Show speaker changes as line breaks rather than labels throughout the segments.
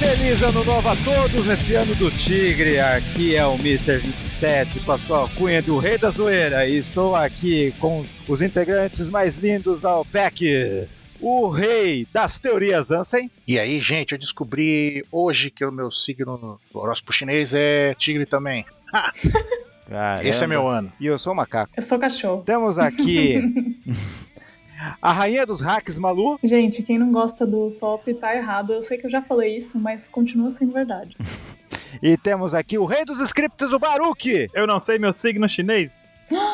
Feliz ano novo a todos nesse ano do Tigre. Aqui é o Mr. 27 com a sua cunha do Rei da Zoeira. E estou aqui com os integrantes mais lindos da OPEX. O rei das teorias Ansem.
E aí, gente, eu descobri hoje que o meu signo do horóscopo chinês é tigre também. Ha! Esse é meu ano.
E eu sou o macaco.
Eu sou cachorro.
Temos aqui a rainha dos hacks, Malu.
Gente, quem não gosta do SOP tá errado. Eu sei que eu já falei isso, mas continua sendo verdade.
E temos aqui o rei dos scripts, o Baruque.
Eu não sei meu signo chinês.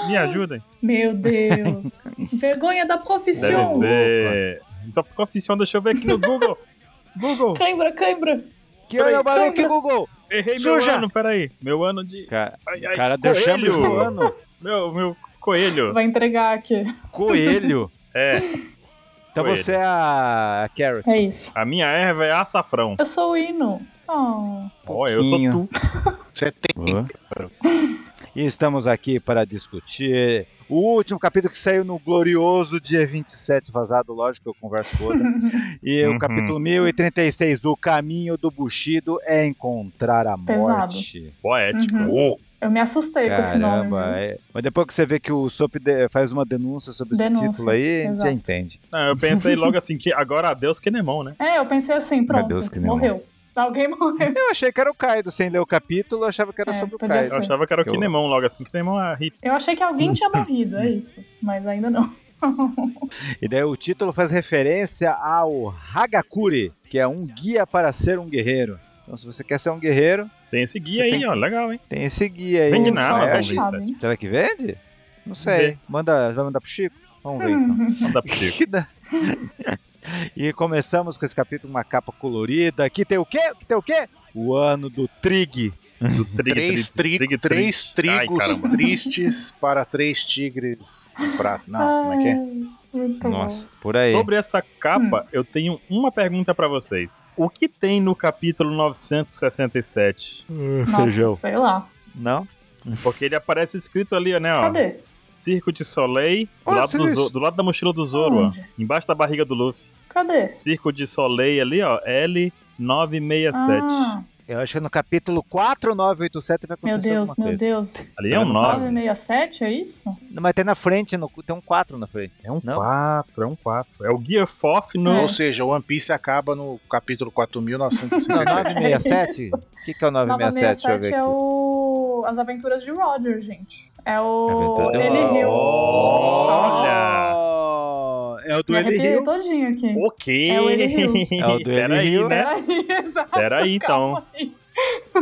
Me ajudem.
Meu Deus. Vergonha da
Deve
profissão.
ser. Então, profissão, deixa eu ver aqui no Google. Google,
Cãibra, cãibra.
Que ano é o Baruque,
Peraí,
Google?
errei meu
Suja.
ano, peraí. Meu ano de.
Ca
Ai, ai,
cara, deixamos
coelho.
no ano.
Meu, meu coelho.
Vai entregar aqui.
Coelho.
É,
Então
Coelho.
você é a Carrot.
É isso.
a minha erva é açafrão.
Eu sou o hino. Oh.
Ó, eu sou
Pouquinho.
tu.
Você tem.
E estamos aqui para discutir o último capítulo que saiu no glorioso dia 27 vazado, lógico que eu converso com outra. e
Uhum.
o capítulo 1036, O Caminho do Bushido é Encontrar a
Pesado.
Morte.
Poético.
Uhum.
é Ô,
Eu me assustei com esse nome. né?
Caramba, é. mas depois que você vê que o Sop de- faz uma denúncia sobre
Denúncia,
esse título aí,
exato.
já entende.
Não, eu pensei logo assim que agora adeus que nemão, né?
viu? É, eu pensei assim, pronto.
Deus, que nem
morreu. Alguém morreu.
Eu achei que era o Kaido, sem ler o capítulo, eu achava que era
É,
sobre o
podia
Kaido.
Eu
Sim.
achava que era o
Eu-
Kinemon logo assim. Kinemon é hit.
Eu achei que alguém tinha morrido, é isso. Mas ainda não.
E daí o título faz referência ao Hagakure, que é um guia para ser um guerreiro. Então, se você quer ser um guerreiro,
Tem esse guia aí, ó. Legal, hein?
tem esse guia aí.
Vende na
Só
Só
Amazon,
quem
é,
Luiz,
sabe, hein?
Será que vende? Não sei.
Vê.
Manda, vai mandar pro Chico? Vamos ver então.
Hum.
Não dá pra ti.
Que da- e começamos com esse capítulo, uma capa colorida. Que tem o quê? Que tem o quê? O ano do Trig.
Do trig,
Três,
trig,
tri-
trig,
três
trig. Ai,
trigos
caramba.
tristes para três tigres no prato. Não, como é que é?
Ai, Muito
Nossa,
Tá bom.
por aí.
Sobre essa
Hum.
capa, eu tenho uma pergunta pra vocês. O que tem no capítulo 967?
Nossa, sei lá.
Não?
Porque ele aparece escrito ali, né, ó.
Cadê?
Circo de Soleil, do,
Ah,
lado
você
do,
viu
Zo-
isso?
do lado da mochila do Zoro, ó.
Aonde?
Embaixo da barriga do Luffy.
Cadê?
Circo de Soleil ali, ó. L967.
Ah,
Eu acho que no capítulo 4987 vai
meu
acontecer
Deus,
alguma
meu
coisa.
Deus.
ali é um
Tá
9.
967, é isso?
Não, Mas tem na frente, no- tem um 4 na frente.
É um
Não?
4, é um 4. É o Gear Fof no.
É.
Ou seja, o One Piece acaba no capítulo
Não,
4967.
967? O que, que é o 967? Deixa eu ver
967
aqui.
é o. As Aventuras de Roger, gente. É
É
o.
verdade.
Ele riu.
Olha!
Oh, é o do
Me
Ele
arrepiei
Rio.
todinho tá aqui.
O quê?
É o Ele Hill.
É o do Ele
Peraí,
Hill.
né?
Peraí, exato.
Peraí, então.
calma aí.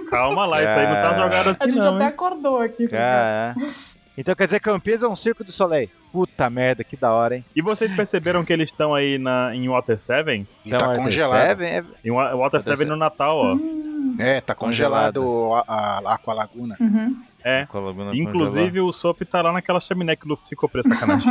Calma lá, isso aí não
É.
tá jogado
A
assim,
gente
não.
até
hein?
acordou aqui. tá ligado?
Cara. É, Então quer dizer que o Ampisa é um circo do Soleil. Puta merda, que da hora, hein?
E vocês perceberam que eles estão aí na, em Water 7?
E
Então,
tá
Order
congelado.
Seven é-
Em Wa- Water 7 no Natal, ó.
Hum,
É, tá congelado a, a, a Aqua Laguna.
uhum.
É. Inclusive, o Sop tá lá naquela chaminé que o Luffy ficou preso, sacanagem.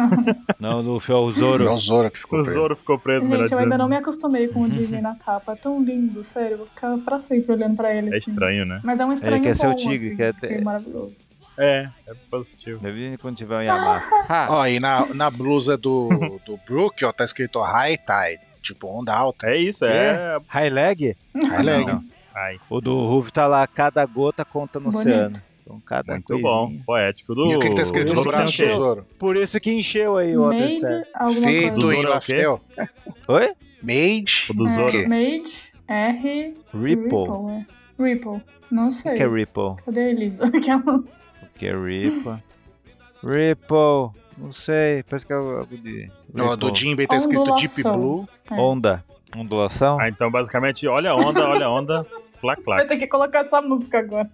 Não, Luffy é o Zoro.
É o Zoro que ficou
o
preso.
Zoro ficou preso, melhor
Gente, eu ainda
dizendo.
não me acostumei com o Digny na capa. É tão lindo, sério. Eu vou ficar pra sempre olhando pra ele.
É
assim.
estranho, né?
Mas é um estranho
quer ser o
bom,
tigre,
assim,
quer
porque
ter-
é maravilhoso.
É, é positivo.
Imagina quando tiver um Yamato. Ha,
Ó, e na, na blusa do, do Brook, ó, tá escrito High Tide. Tipo, onda alta.
É isso, é.
high leg?
High leg.
Não.
Ai,
O do Ruff tá lá, cada gota conta no
Bonito.
oceano. Então cada
muito
coisinha.
bom. Poético. Do,
E o que, que tá escrito
do
no
Zoro tem o
braço
quê?
do Zoro?
Por isso que encheu aí o é Order
Made,
Seven.
alguma
Feito
coisa. É,
Zoro
em
é o
Laftel.
Oi?
Made.
O do Zoro.
quê?
Made, R,
Ripple.
é. Ripple. Não
O
sei.
que é Ripple?
Cadê a Elisa? Aquela-
O que é Ripple? Ripple. Não sei, parece que é algo de.
Ó, do
Ripple.
Jinbei tá escrito Deep
Ondulação.
Blue.
É.
Onda. Ondulação?
Ah, então basicamente, olha a onda, olha a onda, plac, plac.
Vai ter que colocar essa música agora.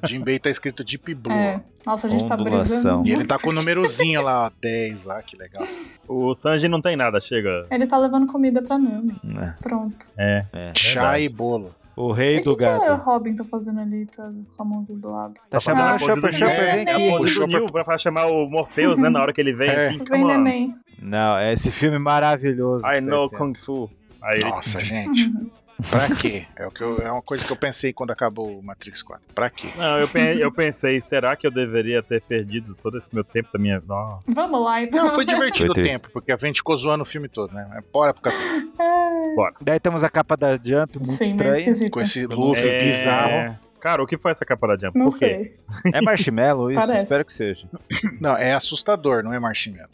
O Jinbei tá escrito Deep Blue.
É. Nossa, a gente tá
Ondulação.
brisando.
E ele tá com o númerozinho lá, ó, 10 lá, que legal.
O Sanji não tem nada, chega.
Ele tá levando comida pra Nami.
É.
Pronto.
É.
Chá e bolo.
O rei
E o
do
que, que é o
gato.
Robin tá fazendo ali, tá com a mãozinha do lado?
Tá chamando
Ah,
o Chopper
do
Chopper,
Neo.
vem
É a
aqui.
pose do
Chopper.
Neil pra, pra chamar o Morpheus, né? Na hora que ele vem,
É.
assim,
Vem
come on.
neném.
Não, é esse filme maravilhoso.
I
Sei,
know
sei.
Kung Fu. Aí ele-
Nossa, gente. Pra quê? É, o que eu- é uma coisa que eu pensei quando acabou o Matrix 4. Pra quê?
Não, eu, pe- eu pensei, será que eu deveria ter perdido todo esse meu tempo da minha. Não.
Vamos lá, então.
Não, foi divertido
Foi
o
triste.
tempo, porque a gente ficou zoando o filme todo, né? Mas Bora pro capítulo.
Daí temos a capa da Jump, muito
Sim, né, meio
estranha.
esquisito.
Com esse Luffy
É,
bizarro.
Cara, o que foi essa capa da Jump?
Não
Por quê?
sei.
É marshmallow isso,
Parece.
espero que seja.
Não, é assustador, não é marshmallow.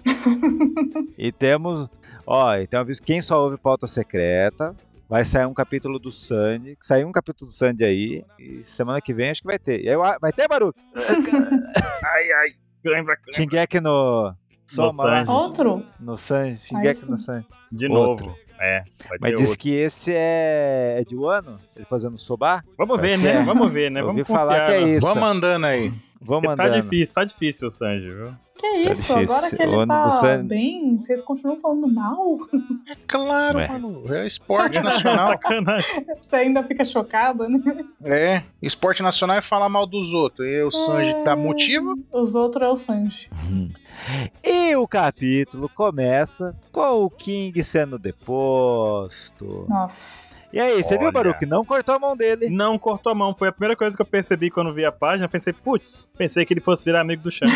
E temos, ó, então aviso, quem só ouve pauta secreta, vai sair um capítulo do Sandy, que saiu um capítulo do Sandy aí, e semana que vem acho que vai ter. E aí, eu- vai ter, Baru?
Ai, ai. Lembra, lembra.
Shingeki no... Soma lá.
Sanji.
Outro?
No Sanji, Shingeki
sim.
no Sanji.
De
Outra.
novo. É, vai
Mas
ter
diz
outro.
que esse é, é de Wano, ele fazendo soba.
Vamos ver,
Parece
né?
que é.
Vamos ver, né?
Eu
Vamos
ouvi falar
confiar.
que é
né?
isso.
Vamos andando aí.
Vamos
Porque tá
mandando.
difícil, tá difícil o Sanji, viu?
Que isso?
difícil.
Agora que
O
ele
ano
tá
do Sandy.
bem, vocês continuam falando mal?
É claro,
Ué.
mano. É
Tá,
esporte nacional.
Sacanagem.
Você ainda fica chocada, né?
é. Esporte nacional é falar mal dos outros. E o Sanji tá motivo?
Os outros é o Sanji.
E o capítulo começa com o King sendo deposto.
Nossa.
E aí, você viu,
Olha.
Baru, que não cortou a mão dele?
Não cortou a mão. Foi a primeira coisa que eu percebi quando vi a página. Pensei, putz, pensei que ele fosse virar amigo do Shanks.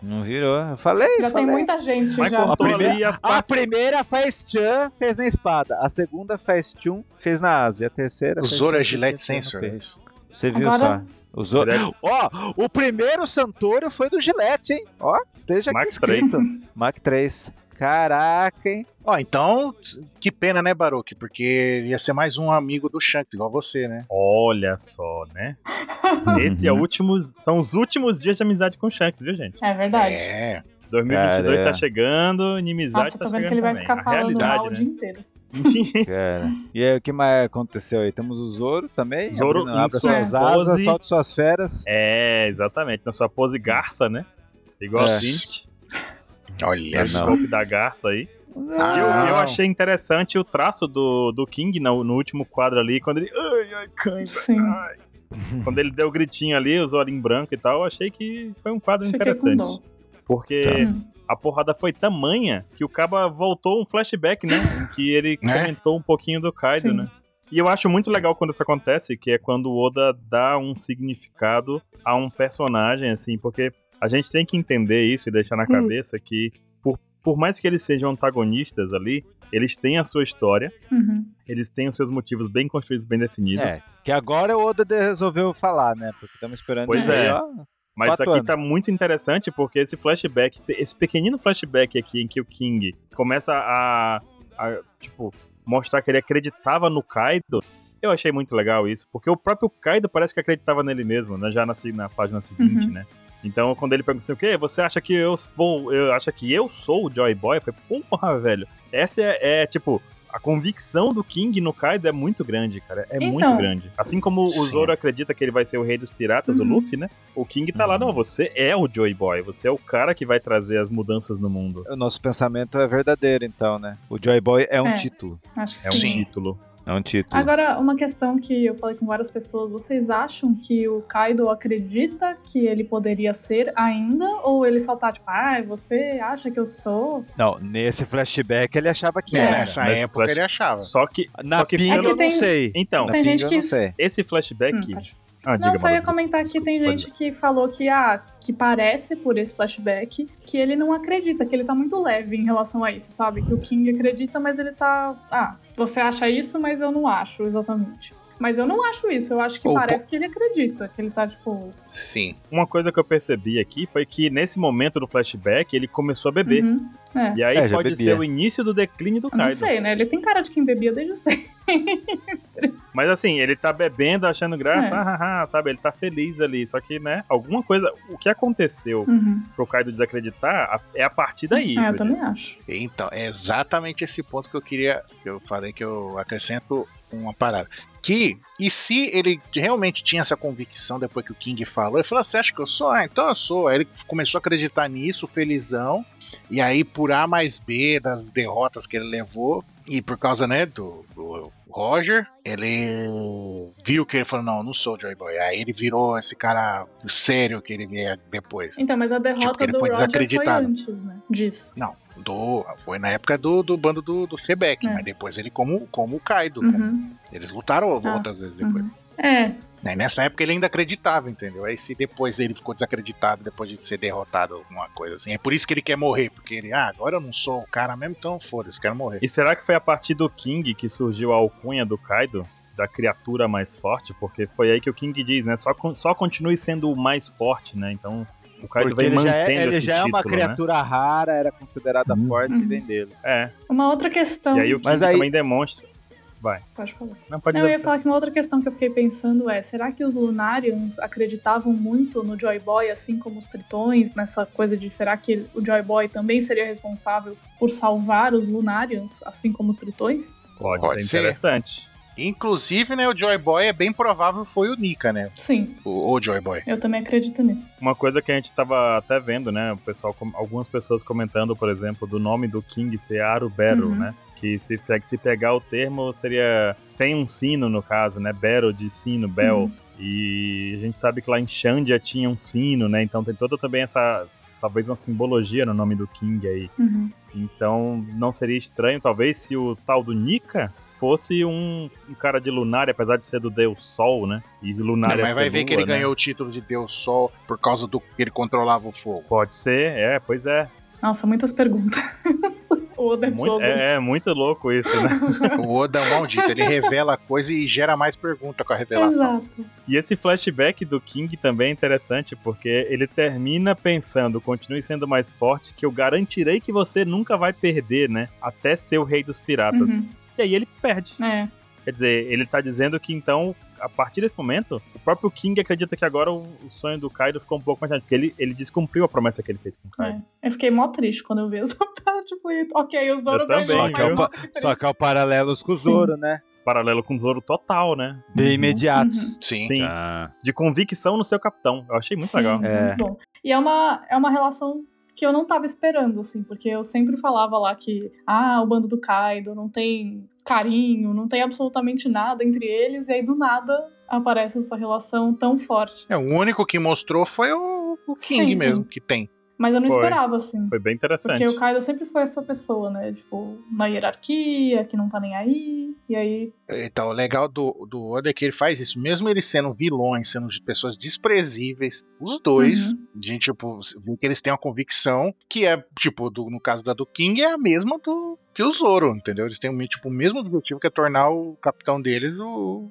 Não virou. Eu falei,
Já
falei.
tem muita gente
Mas
já.
cortou
A primeira-
ali as
A
partes.
primeira faz Chan, fez na espada. A segunda faz Chun, fez na asa. E a terceira.
O
faz
Zoro é
Chun,
Gillette
fez na
Sensor.
perna.
é isso?
Você viu
Agora-
só? O Zoro... Ó, o primeiro Santoro foi do Gillette, hein? Ó, esteja aqui.
Max
escrito. Mac 3. Caraca, hein?
Ó, então, que pena, né, Baroque? Porque ia ser mais um amigo do Shanks, igual você, né?
Olha só, né? Esse é o último, são os últimos dias de amizade com o Shanks, viu, gente?
É verdade.
É.
2022
Cara, é.
tá chegando, inimizade
Nossa,
tá
tô
chegando
vendo que ele vai
também.
ficar
A
falando mal o
realidade,
dia inteiro.
né?
Cara. E aí, o que mais aconteceu aí? Temos o Zoro também.
Zoro
abrindo-
em
abre
sua
suas asas,
pose.
solta suas feras.
é, exatamente. Na sua pose garça, né? Igual
É.
a Vint,
Olha
É,
só.
Não.
golpe da garça aí.
Ah,
eu, eu
não.
achei interessante o traço do, do King no, no último quadro ali, quando ele. Ai, ai, cãibra.
Sim.
Ai.
Hum.
Quando ele deu o gritinho ali, os olhinhos brancos e tal, eu achei que foi um quadro
Fiquei é com dó.
interessante. Porque
Tá.
a porrada foi tamanha que o Caba voltou um flashback, né? em que ele
Né?
comentou um pouquinho do Kaido,
Sim.
né? E eu acho muito legal quando isso acontece, que é quando o Oda dá um significado a um personagem, assim, porque a gente tem que entender isso e deixar na cabeça que, por, por mais que eles sejam antagonistas ali, eles têm a sua história,
Uhum.
eles têm os seus motivos bem construídos, bem definidos.
É, que agora o Oda de- resolveu falar, né? Porque estamos esperando
Pois
aí,
é.
ó.
Mas isso
Quatro
aqui
anos.
tá muito interessante porque esse flashback, esse pequenino flashback aqui em que o King começa a, a, tipo, mostrar que ele acreditava no Kaido, eu achei muito legal isso, porque o próprio Kaido parece que acreditava nele mesmo, né? Já na, se- na página seguinte,
Uhum.
né? Então, quando ele pergunta assim, o quê? Você acha que eu sou, eu acha que eu sou o Joy Boy? Eu falei, porra, velho. Essa é, é, tipo, a convicção do King no Kaido é muito grande, cara. É
Então.
muito grande. Assim como o
Sim.
Zoro acredita que ele vai ser o rei dos piratas,
Uhum.
o Luffy, né? O King tá lá,
Uhum.
não, você é o Joy Boy, você é o cara que vai trazer as mudanças no mundo.
O nosso pensamento é verdadeiro, então, né? O Joy Boy é um
É.
título.
Acho que
É um
sim.
título.
É um título.
Agora, uma questão que eu falei com várias pessoas, vocês acham que o Kaido acredita que ele poderia ser ainda? Ou ele só tá tipo, ah, você acha que eu sou?
Não, nesse flashback ele achava que
É,
era.
nessa
Mas
época
flash-
ele achava.
Só que,
Na
Só que
pinga
pelo-
eu não
É Tem-
sei.
então,
Na
Tem gente
pinga
que-
eu não sei.
esse flashback...
Hum, pode-
Ah,
Não,
diga,
só ia
Malu,
comentar que
desculpa,
tem
pode
gente que falou que, ah, que parece por esse flashback que ele não acredita, que ele tá muito leve em relação a isso, sabe? Que o King acredita, mas ele tá. Ah, você acha isso, mas eu não acho exatamente. Mas eu não acho isso, eu acho que
Ou
parece que ele acredita, que ele tá tipo.
Sim.
Uma coisa que eu percebi aqui foi que nesse momento do flashback ele começou a beber.
Uhum. É.
E aí
É, já
pode
bebia.
ser o início do declínio do
Eu não
Kaido.
sei, né? Ele tem cara de quem bebia desde sempre.
Mas assim, ele tá bebendo, achando graça,
É.
ah, ah, ah, sabe? Ele tá feliz ali. Só que, né, alguma coisa. O que aconteceu
Uhum.
pro Kaido desacreditar a- é a partir daí.
É, eu
entendeu?
também acho.
Então, é exatamente esse ponto que eu queria. que Eu falei que eu acrescento uma parada. Que, e se ele realmente tinha essa convicção depois que o King falou? Ele falou: Você acha que eu sou? Ah, então eu sou. Aí ele começou a acreditar nisso, felizão. E aí, por A mais B das derrotas que ele levou, e por causa, né, do, do Roger, ele viu que ele falou: Não, eu não sou o Joy Boy. Aí ele virou esse cara sério que ele é depois.
Então, mas a derrota
Tipo, que ele
do
foi
Roger foi
desacreditado.
antes, né? Disso.
Não, do. Foi na época do, do bando do, do Trebek,
É.
mas depois ele como, como o Kaido. né?
Uhum.
Eles lutaram
Ah,
outras vezes depois.
É,
Né, Nessa época ele ainda acreditava, entendeu? Aí se depois ele ficou desacreditado depois de ser derrotado, alguma coisa assim. É por isso que ele quer morrer, porque ele, ah, agora eu não sou o cara mesmo, então foda-se, quero morrer.
E será que foi a partir do King que surgiu a alcunha do Kaido? Da criatura mais forte? Porque foi aí que o King diz, né? Só, con- só continue sendo o mais forte, né? Então o Kaido
Porque
vem
ele já,
mantendo
é, ele
esse
já é
título, né?
uma criatura rara, era considerada
Hum.
forte e
Uhum.
vem dele.
né?
uma outra
É.
questão.
E aí o
Mas
King
aí-
também demonstra.
Pode falar.
Não, pode
Então, Não, eu ia
dizer.
falar que uma outra questão que eu fiquei pensando é: será que os Lunarians acreditavam muito no Joy Boy, assim como os Tritões, nessa coisa de será que o Joy Boy também seria responsável por salvar os Lunarians, assim como os Tritões?
Pode,
Pode
ser
ser.
interessante.
Inclusive, né, o Joy Boy é bem provável foi o Nika, né?
Sim,
O, o Joy Boy.
eu também acredito nisso.
Uma coisa que a gente tava até vendo, né? O pessoal, com- algumas pessoas comentando, por exemplo, do nome do King ser Arubero,
Uhum.
né? Que se, pe- se pegar o termo seria. Tem um sino, no caso, né? Bero de sino, Bel.
Uhum.
E a gente sabe que lá em Xandia tinha um sino, né? Então tem toda também essa. Talvez uma simbologia no nome do King aí.
Uhum.
Então não seria estranho, talvez, se o tal do Nika fosse um, um cara de Lunária, apesar de ser do Deus Sol, né? E Lunária
mas
ser
vai ver que
lua,
ele
né?
ganhou o título de Deus Sol por causa do que ele controlava o fogo.
Pode ser, é, pois é.
Nossa, muitas perguntas. o Oda é
Muito,
fogo.
é, é muito louco isso, né?
O Oda é um maldito, ele revela coisa e gera mais pergunta com a
é,
revelação.
Exato.
E esse flashback do King também é interessante, porque ele termina pensando, continue sendo mais forte, que eu garantirei que você nunca vai perder, né? Até ser o rei dos piratas.
Uhum.
E aí ele perde.
É.
Quer dizer, ele tá dizendo que então, a partir desse momento, o próprio King acredita que agora o, o sonho do Kaido ficou um pouco mais tarde, porque ele, ele descumpriu a promessa que ele fez com o Kaido.
Eu fiquei mó triste quando eu vi essa parte. Falei, ok, o Zoro
Eu também,
ganhou,
viu?
mas nossa, que triste.
Só que é o paralelos com o
Sim.
Zoro, né?
É.
Paralelo com o Zoro total, né?
De imediatos.
Uhum.
Sim.
Sim.
Tá.
De convicção no seu capitão. Eu achei muito
Sim,
legal.
É.
Muito bom. E é uma, é uma relação que eu não tava esperando, assim, porque eu sempre falava lá que, ah, o bando do Kaido não tem carinho, não tem absolutamente nada entre eles, e aí do nada aparece essa relação tão forte.
É, o único que mostrou foi o, o King
Sim, sim.
mesmo, que tem.
Mas eu não
Foi.
esperava, assim.
Foi bem interessante.
Porque o Kaido sempre foi essa pessoa, né? Tipo, na hierarquia, que não tá nem aí. E aí.
Então, o legal do, do Oda é que ele faz isso, mesmo eles sendo vilões, sendo de pessoas desprezíveis, os dois,
Uhum.
de tipo, você vê que eles têm uma convicção que é, tipo, do- no caso da do King, é a mesma do que o Zoro, entendeu? Eles têm o me- tipo, o mesmo objetivo que é tornar o capitão deles o,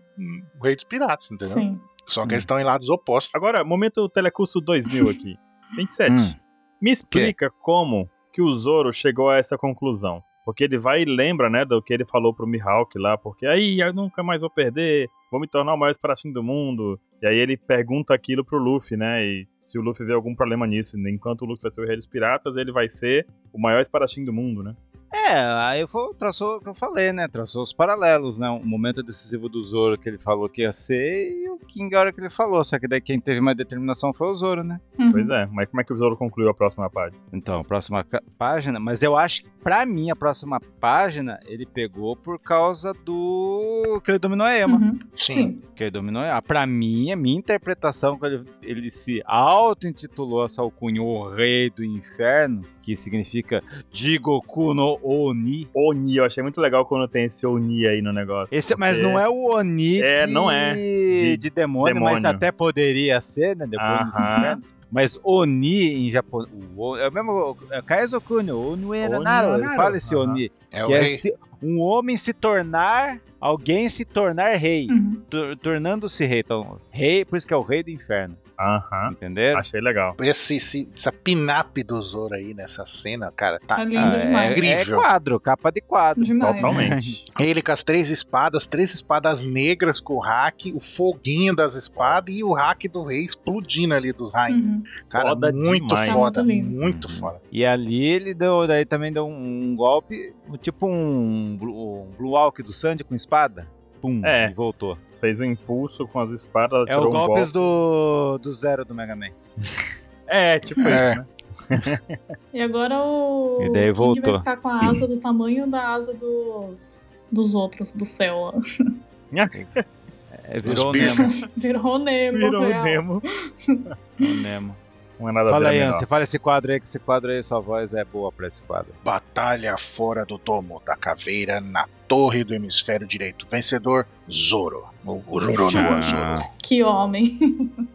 o rei dos piratas, entendeu?
Sim.
Só que
Hum.
eles estão em lados opostos.
Agora, momento telecurso 2000 aqui. 27.
Hum.
Me explica como que o Zoro chegou a essa conclusão. Porque ele vai e lembra, né, do que ele falou pro Mihawk lá, porque aí eu nunca mais vou perder, vou me tornar o maior espadachim do mundo. E aí ele pergunta aquilo pro Luffy, né, e se o Luffy vê algum problema nisso. Enquanto o Luffy vai ser o rei dos piratas, ele vai ser o maior espadachim do mundo, né?
É, aí foi, traçou o que eu falei, né? Traçou os paralelos, né? O momento decisivo do Zoro que ele falou que ia ser e o King a hora que ele falou. Só que daí quem teve mais determinação foi o Zoro, né?
Uhum.
Pois é, mas como é que o Zoro concluiu a próxima página?
Então, a próxima ca- página. Mas eu acho que, pra mim, a próxima página ele pegou por causa do. que ele dominou a Ema.
Uhum.
É Sim.
Sim.
Que é ele dominou a Ema. ah, Pra mim, a minha interpretação, quando ele, ele se auto-intitulou essa alcunha O Rei do Inferno, que significa Jigoku no Oni.
Oni, eu achei muito legal quando tem esse Oni aí no negócio.
Esse, mas não é o Oni
É,
de,
não é.
De, demônio, mas
demônio. Ah.
até poderia ser, né? Demônio do
Aham.
inferno. Mas Oni em japonês. É o mesmo. É Kaizokunyo, ou Nueranaro. Ele
Onueranaro,
fala esse
aham.
Oni.
É o
Que é
rei.
se- um homem se tornar. Alguém se tornar rei.
Uhum.
tor- Tornando-se rei. Então, rei, por isso que é o rei do inferno.
Aham,
É
Entenderam?
achei legal.
Esse, esse, essa pin-up do Zoro aí nessa cena, cara, tá
É lindo
Ah, é,
demais.
é
Incrível.
quadro, capa de quadro.
Demais.
Totalmente.
Ele com as três espadas, três espadas negras com o hack, o foguinho das espadas e o hack do rei explodindo ali dos rainhos.
Uhum.
Cara,
Foda
muito
demais.
foda,
Nossa, lindo.
muito
Uhum.
foda.
E ali ele deu, daí também deu um, um golpe, um- tipo um, blu- um Blue Walk do Sandy com espada. Pum,
É.
e voltou.
Fez um impulso com as espadas,
é o
tirou um golpe.
golpes do, do Zero do Mega Man.
É, tipo
É.
isso, né?
E agora o.
E daí
King
voltou.
vai ficar com a asa do tamanho da asa dos. Dos outros, do céu. ó.
É, virou o
bichos.
um
Nemo.
Virou o Nemo.
Virou
É real.
o Nemo.
O Nemo.
Não é nada
Fala
a
aí,
ver.
Anse, fala esse quadro aí, que esse quadro aí, sua voz é boa pra esse quadro.
Batalha fora do domo da caveira na torre do hemisfério direito. Vencedor, Zoro. O Zoro, não, o Zoro.
Que homem.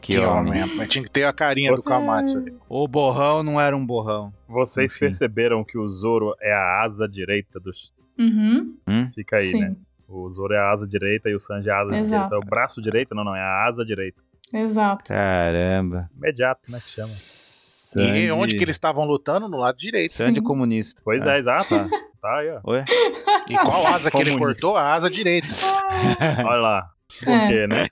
Que, homem. Mas tinha que ter a carinha do
Você-
Kamatsu ali.
O borrão não era um borrão.
Vocês
Enfim.
perceberam que o Zoro é a asa direita do.
Uhum,
Hum?
Fica aí,
sim.
né? O Zoro é a asa direita e o Sanji é a asa
Exato.
esquerda. É o braço direito? Não, não, é a asa direita.
É,
Exato.
Caramba.
Imediato, como é que chama?
Sandy...
E onde que eles estavam lutando? No lado direito.
Sandy
Sim.
comunista.
Pois é, exato.
Tá.
Tá aí, ó.
Oi?
E qual asa que ele
Comunista.
cortou? A asa direita.
Olha lá. Por
É.
quê, né?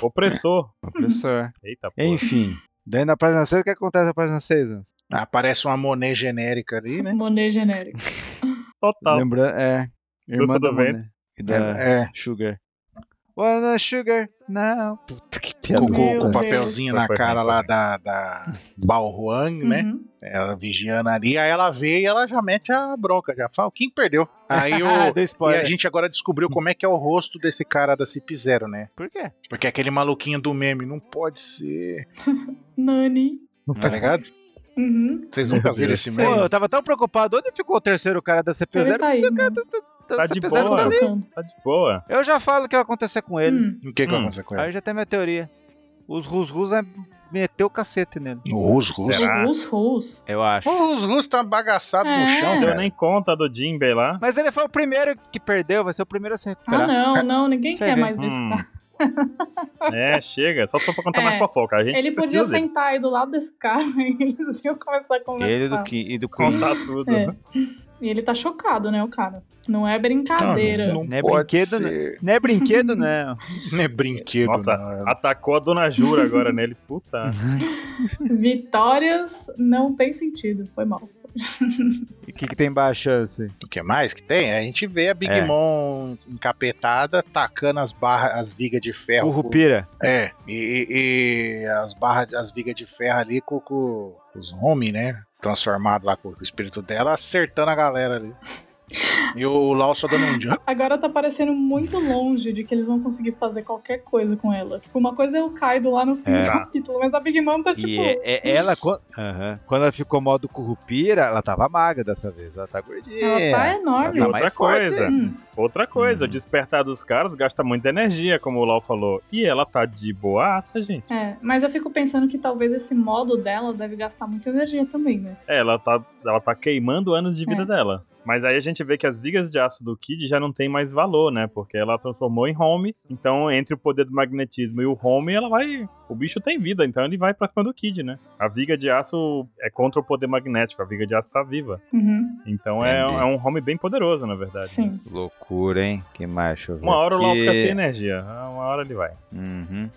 Opressor.
Professor.
Eita porra.
Enfim. Daí na página 6, o que acontece na página 6, Anse?
Aparece uma Monet genérica ali, né?
É, Monet genérico.
Total.
Lembrando, é. Irmã
Dança
da
do
Monet. E da
É,
Sugar. Wanna Sugar? Não. Puta que
com,
piada.
com-
Meu
com o
Deus.
papelzinho
Foi,
na
foi
cara
bem,
lá
foi bem.
da, da Bao Huang, né?
Uhum.
Ela vigiando ali, aí ela vê e ela já mete a bronca, já fala, o King perdeu. Aí
Ah,
o.
deu
E
spoiler.
a gente agora descobriu como é que é o rosto desse cara da Cip Zero, né?
Por quê?
Porque aquele maluquinho do meme não pode ser.
Nani.
Tá
Ah.
ligado?
Uhum.
Vocês nunca
Meu
viram
Deus.
esse
Pô,
meme?
eu tava tão preocupado. Onde ficou o terceiro cara da
Ele
CP0?
tá aí. né?
Tá de boa.
tá ali.
Tocando.
Tá de boa.
Eu já falo o que vai acontecer com ele.
Hum.
O que que
Hum.
aconteceu com
Aí
ele?
eu já tenho minha teoria. Os Rus-Rus vai meter o cacete nele.
O Rus Rus.
Será? Ah.
Os Rus.
Eu acho.
O Rus Rus tá bagaçado no
É.
chão,
Não deu
cara.
nem conta do Jinbei lá.
Mas ele foi o primeiro que perdeu, vai ser o primeiro a se
Ah,
recuperar.
não, não, ninguém
Você
quer
vê.
mais ver esse
Hum.
cara.
É, chega. Só só pra contar
É.
mais fofoca. A gente
Ele podia
precisa
sentar aí do lado desse cara e eles iam começar a conversar.
ele do Kim e do Queen.
contar tudo.
É. E ele tá chocado, né, o cara? Não é brincadeira.
Não,
Não é
pode
brinquedo,
ser.
Não é brinquedo, não.
Não é brinquedo,
Nossa,
não.
Atacou a Dona Jura agora nele.
Uhum.
Puta. tá
Vitórias não tem sentido. Foi mal.
E o que, que tem baixa chance?
O que mais que tem? A gente vê a Big
É.
Mom encapetada, tacando as barras, as vigas de ferro.
o Rupira.
É, e, e- e as barras, as vigas de ferro ali com, com os homens, né? Transformado lá com o espírito dela, acertando a galera ali. E o Lau só dando um jump.
Agora tá parecendo muito longe de que eles vão conseguir fazer qualquer coisa com ela. Tipo, uma coisa é o Kaido lá no fim
É.
do capítulo, mas a Big Mom tá tipo.
E é- é- ela, quando, Aham. quando ela ficou mal do Currupira, ela tava magra dessa vez. Ela tá gordinha.
Ela
É.
tá enorme.
Ela tá
Outra
mais forte.
coisa.
Hum.
Outra coisa,
Hum.
despertar dos caras gasta muita energia, como o Lau falou. E ela tá de boaça, gente.
É, mas eu fico pensando que talvez esse modo dela deve gastar muita energia também, né?
É, ela tá, ela tá queimando anos de vida
É.
dela. Mas aí a gente vê que as vigas de aço do Kid já não tem mais valor, né? Porque ela transformou em home. Então, entre o poder do magnetismo e o home, ela vai. O bicho tem vida, então ele vai pra cima do Kid, né? A viga de aço é contra o poder magnético, a viga de aço tá viva.
Uhum,
Então é,
Entendi.
é um home bem poderoso, na verdade. né?
sim.
Loucura, hein? Que mais? Deixa eu ver
Uma hora o Lau
aqui.
fica sem energia. Ah, Uma hora ele vai.
Uhum.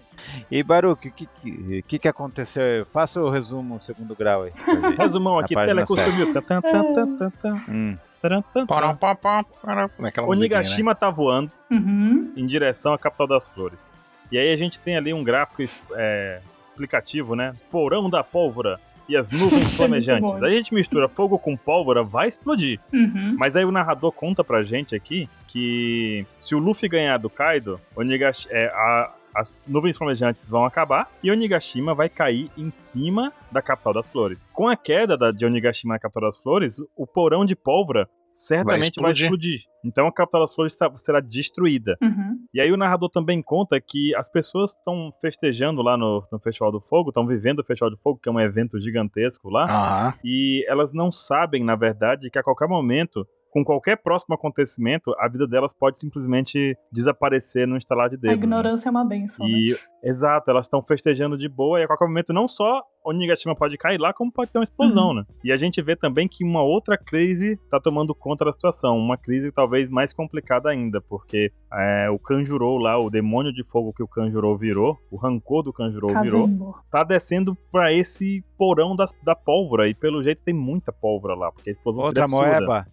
E Baruque, o que, que, que, que aconteceu? aí? Faça o resumo segundo grau aí. pra gente.
Resumão
Na
aqui,
página
teleconsumiu. Tan, tan, tan, tan, tan, tan,
Hum.
tan, tan, tan.
Param, pam, pam, param. Como é aquela
O
né? musiquinha, né?
Nigashima tá voando
Uhum.
em direção à capital das flores. E aí a gente tem ali um gráfico es- é, explicativo, né? Porão da pólvora e as nuvens flamejantes.
bom.
Aí a gente mistura fogo com pólvora, vai explodir.
Uhum.
Mas aí o narrador conta pra gente aqui que se o Luffy ganhar do Kaido, o Nigash- é, a- as nuvens flamejantes vão acabar e Onigashima vai cair em cima da capital das flores. Com a queda da, de Onigashima na capital das flores, o porão de pólvora certamente vai
explodir.
explodir. Então a capital das flores tá- será destruída.
Uhum.
E aí o narrador também conta que as pessoas estão festejando lá no, no Festival do Fogo, estão vivendo o Festival do Fogo, que é um evento gigantesco lá
Aham.
e elas não sabem, na verdade, que a qualquer momento, com qualquer próximo acontecimento, a vida delas pode simplesmente desaparecer no instalar de
A
dedos. né?
ignorância é uma benção. né?
E, exato, elas estão festejando de boa e a qualquer momento não só o Nigashima pode cair lá, como pode ter uma explosão, né? E a gente vê também que uma outra crise tá tomando conta da situação, uma crise talvez mais complicada ainda, porque é, o Kanjuro lá, o demônio de fogo que o Kanjuro virou, o rancor do Kanjuro virou,
Kazembo.
tá descendo pra esse porão das- da pólvora. E pelo jeito tem muita pólvora lá, porque a explosão
Outra
seria absurda.
moeba.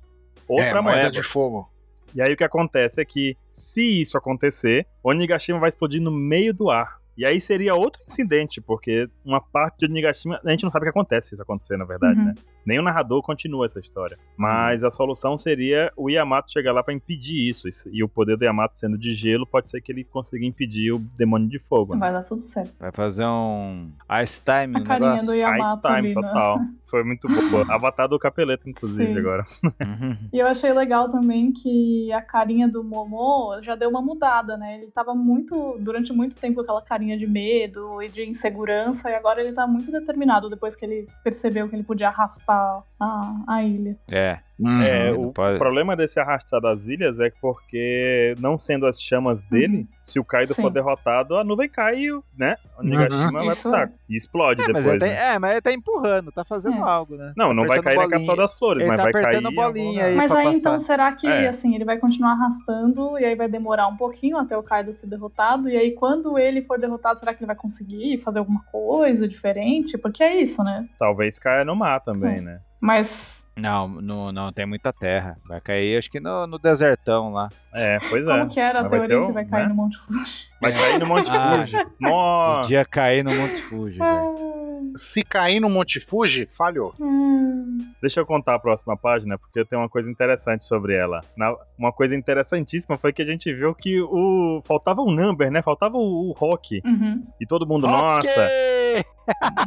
Outra
é, moeda,
moeda.
de fogo.
E aí o que acontece é que, se isso acontecer, Onigashima vai explodir no meio do ar. E aí seria outro incidente, porque uma parte de Onigashima. A gente não sabe o que acontece se isso acontecer, na verdade,
Uhum.
né? Nem o narrador continua essa história. Mas a solução seria o Yamato chegar lá pra impedir isso. E o poder do Yamato sendo de gelo, pode ser que ele consiga impedir o demônio de fogo. Né?
Vai dar tudo certo.
Vai fazer um Ice Time
A
no
carinha
negócio?
do
Ice
Yamato
Time
ali, né?
total. Foi muito boa. Avatar do Capeleto, inclusive,
Sim.
agora.
Uhum.
E eu achei legal também que a carinha do Momo já deu uma mudada, né? Ele tava muito, durante muito tempo, com aquela carinha de medo e de insegurança, e agora ele tá muito determinado depois que ele percebeu que ele podia arrastar a, a ilha.
É.
Uhum.
É,
Não
o
pode-
problema desse arrastar das ilhas é porque, não sendo as chamas dele, se o Kaido
Uhum. Sim.
for derrotado, a nuvem cai e, o- né? O Nagashima vai pro
Isso.
saco. E explode
Uhum. É, mas
depois.
ele tá,
né?
é, mas ele tá empurrando, tá fazendo
É.
algo, né?
Não, não vai
apertando
cair na
bolinha.
capital das flores,
Ele
mas
tá
vai cair.
apertando
em algum
bolinha
lugar.
aí.
Mas
pra
aí
passar.
então, será que
É.
assim, ele vai continuar arrastando e aí vai demorar um pouquinho até o Kaido ser derrotado? E aí, quando ele for derrotado, será que ele vai conseguir fazer alguma coisa diferente? Porque é isso, né?
Talvez caia no mar também,
Hum.
né?
Mas
Não, não, não, tem muita terra. Vai cair, acho que no, no desertão lá.
É, pois é.
como é? que era a
Mas vai
teoria
ter
que
um,
vai cair
né?
no Monte Fuji?
Vai cair no Monte
Ah,
Fuji. Nossa.
Podia Um cair no Monte Fuji, velho.
Se cair no Monte Fuji, falhou.
um.
Hum.
Deixa eu contar a próxima página, porque eu tenho uma coisa interessante sobre ela. Na- uma coisa interessantíssima foi que a gente viu que o. Faltava um number, né? Faltava o, o rock.
Uhum.
E todo mundo, nossa,
Ok!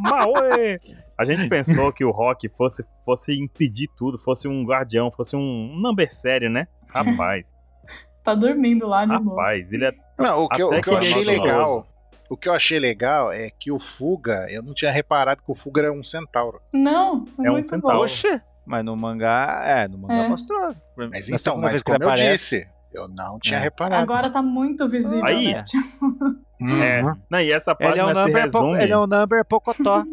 Maui! A gente pensou que o rock fosse, fosse impedir tudo, fosse um guardião, fosse um number sério, né? Rapaz,
Tá dormindo lá de boa.
rapaz, ele é.
Não, o que, eu,
Até
o que eu
que ele
achei
é idoso.
legal. O que eu achei legal é que o Fuga, eu não tinha reparado que o Fuga era um centauro.
Não,
É um
Então,
muito
centauro.
bom.
Oxe! Mas no mangá, é, no mangá
É.
mostrou.
Mas
Na
então,
segunda
mas
vez que
como
ele
eu
aparece-
disse, eu não tinha
É.
reparado.
Agora tá muito visível,
Aí.
né? Tipo,
é.
Uhum.
Não, e essa
Ele é,
página
um
se
number, po-
resume.
ele é um number pocotó.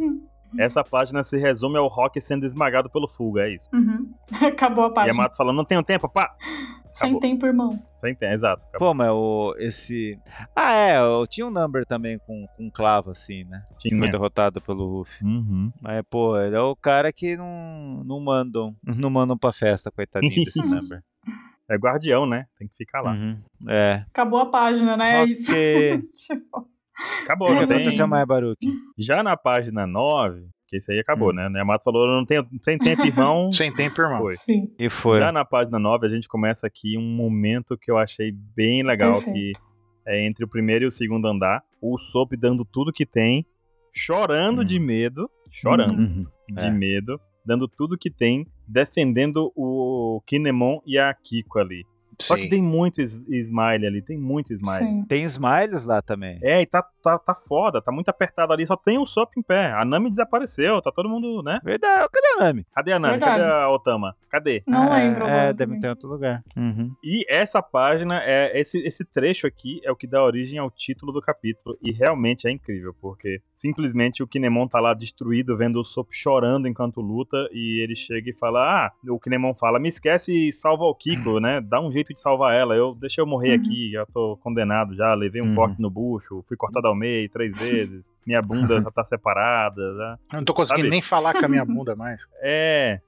Essa página se resume ao rock sendo esmagado pelo fuga, é isso.
uhum. Acabou a página.
Yamato falando, não tenho tempo, pá!
Sem
é acabou.
tempo, irmão.
Sem tempo, exato. acabou.
Pô, mas o, esse... Ah, é, eu tinha um number também com, com clava, assim, né? Que foi
Tinha.
derrotado pelo Luffy.
Uhum.
Mas, pô, ele é o cara que não, não mandam. Não mandam pra festa, coitadinho desse number.
É guardião, né? Tem que ficar lá.
Uhum. É.
Acabou a página, né? É isso.
Ok.
Tipo,
Acabou,
O que
não tem-
aconteceu mais, Baruque?
Já na página 9, que isso aí acabou,
Hum.
né? O Yamato falou, eu não tenho sem tempo, irmão.
Sem tempo, irmão.
Foi.
sim.
E foi.
Já na página 9, a gente começa aqui um momento que eu achei bem legal,
Perfeito.
que é entre o primeiro e o segundo andar, o Sop dando tudo que tem, chorando
Hum.
de medo, chorando
Hum.
Uhum.
de
É.
medo, dando tudo que tem, defendendo o Kinemon e a Kiko ali. Só que
Sim.
tem muito is- smile ali, tem muito smile.
Sim.
Tem smiles lá também.
É, e tá, tá, tá foda, tá muito apertado ali, só tem o Sop em pé. A Nami desapareceu, tá todo mundo, né?
Verdade, cadê a Nami?
Cadê a Nami?
Verdade.
Cadê a Otama? Cadê?
Não
Ah,
lembro.
É,
agora
deve
também.
ter em outro lugar. Uhum.
E essa página, é esse, esse trecho aqui é o que dá origem ao título do capítulo. E realmente é incrível, porque simplesmente o Kinemon tá lá destruído, vendo o Sop chorando enquanto luta. E ele chega e fala: Ah, o Kinemon fala, me esquece e salva o Kiko, né? Dá um jeito de salvar ela. Eu deixei eu morrer
Uhum.
aqui, já tô condenado já. Levei um
Uhum.
corte no bucho, fui cortado ao meio três vezes. Minha bunda já tá separada. Já.
Eu não tô conseguindo
Sabe?
nem falar com a minha bunda mais.
É.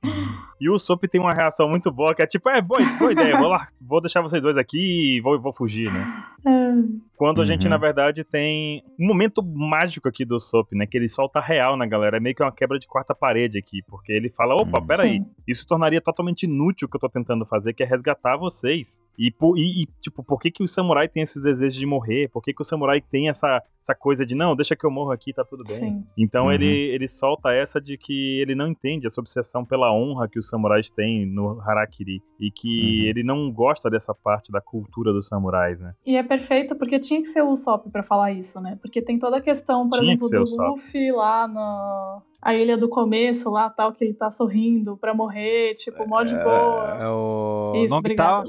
E o Sop tem uma reação muito boa, que é tipo, é, boa, boa ideia, vou, lá, vou deixar vocês dois aqui e vou, vou fugir, né?
É.
Quando a gente,
Uhum.
na verdade, tem um momento mágico aqui do Sop, né? Que ele solta real na galera. É meio que uma quebra de quarta parede aqui, porque ele fala: opa,
Hum.
peraí,
Sim.
isso tornaria totalmente inútil o que eu tô tentando fazer, que é resgatar vocês. E, po- e- e, tipo, por que, que o samurai tem esses desejos de morrer? Por que, que o samurai tem essa, essa coisa de não, deixa que eu morro aqui, tá tudo bem?
Sim.
Então
Uhum.
ele, ele solta essa de que ele não entende essa obsessão pela honra que os samurais têm no Harakiri. E que
Uhum.
ele não gosta dessa parte da cultura dos samurais, né?
E é perfeito porque tinha que ser o Usopp pra falar isso, né? Porque tem toda a questão, por
Tinha que
exemplo,
ser o
do
Usopp.
Luffy lá na a ilha do começo, lá tal, que ele tá sorrindo pra morrer, tipo, mó de boa.
É tá, o
Isso,
Long
obrigada.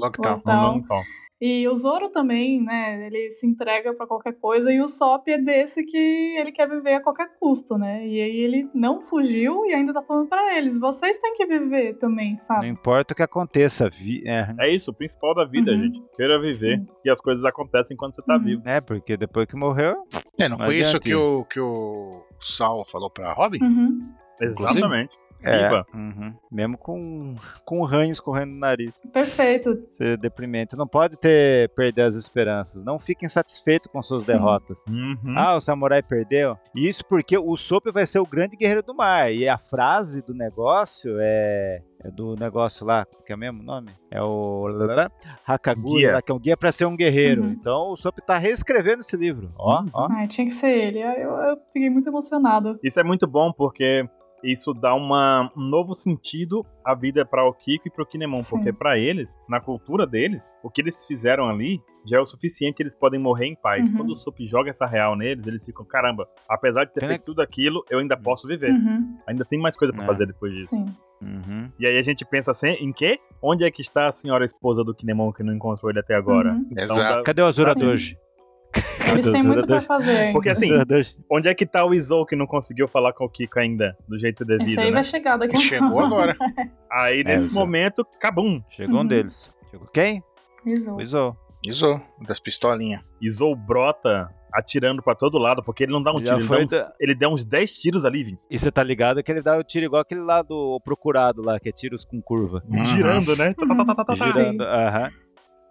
Town.
tá.
Long Tao.
Long Tao.
Não, então. não, não.
E o Zoro também, né? Ele se entrega pra qualquer coisa e o Sop é desse que ele quer viver a qualquer custo, né? E aí ele não fugiu e ainda tá falando pra eles, vocês têm que viver também,
Não
sabe?
importa o que aconteça. Vi... É.
É isso, o principal da vida,
Uhum.
gente. Queira viver.
Sim.
E as coisas acontecem quando você tá
Uhum.
vivo.
é, porque depois que morreu.
É, não
Não
foi isso
adianta.
que o, que o Sal falou pra Robin?
Uhum.
Inclusive.
Exatamente.
É,
Iba.
uhum. Mesmo com, com ranhos correndo no nariz.
Perfeito.
Isso é deprimente. Não pode ter perder as esperanças. Não fique insatisfeito com suas
Sim.
derrotas.
Uhum.
Ah, o samurai perdeu? E Isso porque o Sop vai ser o grande guerreiro do mar. E a frase do negócio é. é do negócio lá, que é o mesmo nome? É o. Hakaguya,
Guia.
lá, que é um guia pra ser um guerreiro.
Uhum.
Então o Sop tá reescrevendo esse livro. Ó,
Uhum.
ó.
Ai, tinha que ser ele. Ai, Eu, eu fiquei muito emocionada.
Isso é muito bom porque isso dá uma- um novo sentido à vida pra o Kiko e pro Kinemon,
Sim.
porque pra eles, na cultura deles, o que eles fizeram ali já é o suficiente, eles podem morrer em paz.
Uhum.
Quando o Sop joga essa real neles, eles ficam, caramba, apesar de ter
Pena- Hum.
feito tudo aquilo, eu ainda posso viver.
Uhum,
Ainda tem mais coisa pra
É.
fazer depois disso.
sim.
Uhum.
E aí a gente pensa assim, em quê? Onde é que está a senhora esposa do Kinemon que não encontrou ele até agora? Então,
Uhum.
Exato.
dá-
Cadê o Azura
Sim.
Doji?
Eles têm muito pra
Dois.
fazer ainda.
Porque assim,
Azura Doji.
onde é que tá o Izou que não conseguiu falar com o Kiko ainda, do jeito devido,
Esse aí
né?
vai chegar daqui a
Chegou
pouco.
agora.
Aí nesse
Izou.
momento, cabum!
Chegou um
Uhum.
deles. Chegou quem?
Isso.
O Izou.
Isso, das pistolinhas.
Izou brota atirando pra todo lado, porque ele não dá um
Já
tiro, ele,
foi
dá uns,
da-
ele deu uns 10 tiros ali, Vinci.
E você tá ligado que ele dá o tiro igual aquele lá do procurado lá, que é tiros com curva.
Uhum.
Girando, né? Tá, tá, tá, tá, tá, tá.
Gira-
Girando. Aham.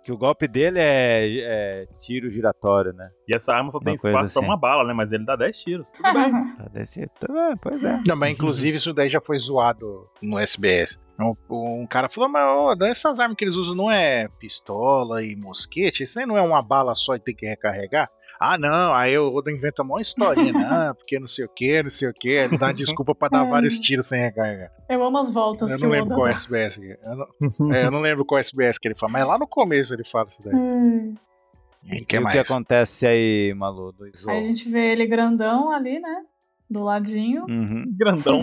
Que o golpe dele é- é tiro giratório, né?
E essa arma só tem
Uma coisa
espaço pra
assim.
uma bala, né? Mas ele dá 10 tiros. Tudo bem.
Pra descer. Tá bom, pois é.
Não, mas inclusive isso daí já foi zoado no SBS. Um, um cara falou, mas ô, Dan, essas armas que eles usam não é pistola e mosquete? Isso aí não é uma bala só e tem que recarregar? Ah, não, aí o Oda inventa uma historinha, não, porque não sei o que, não sei o que, ele dá desculpa pra dar
É.
vários tiros sem recarregar.
Eu amo as voltas
Eu
que
não
o
lembro
Oda
qual é.
dá.
SBS. que- Eu não, é, eu não lembro qual SBS que ele fala, mas lá no começo ele fala isso daí.
Hum.
E
E
Uhum. que
o que
mais?
acontece aí, Malu, do Izo?
Aí a gente vê ele grandão ali, né? Do ladinho.
Uhum.
Grandão.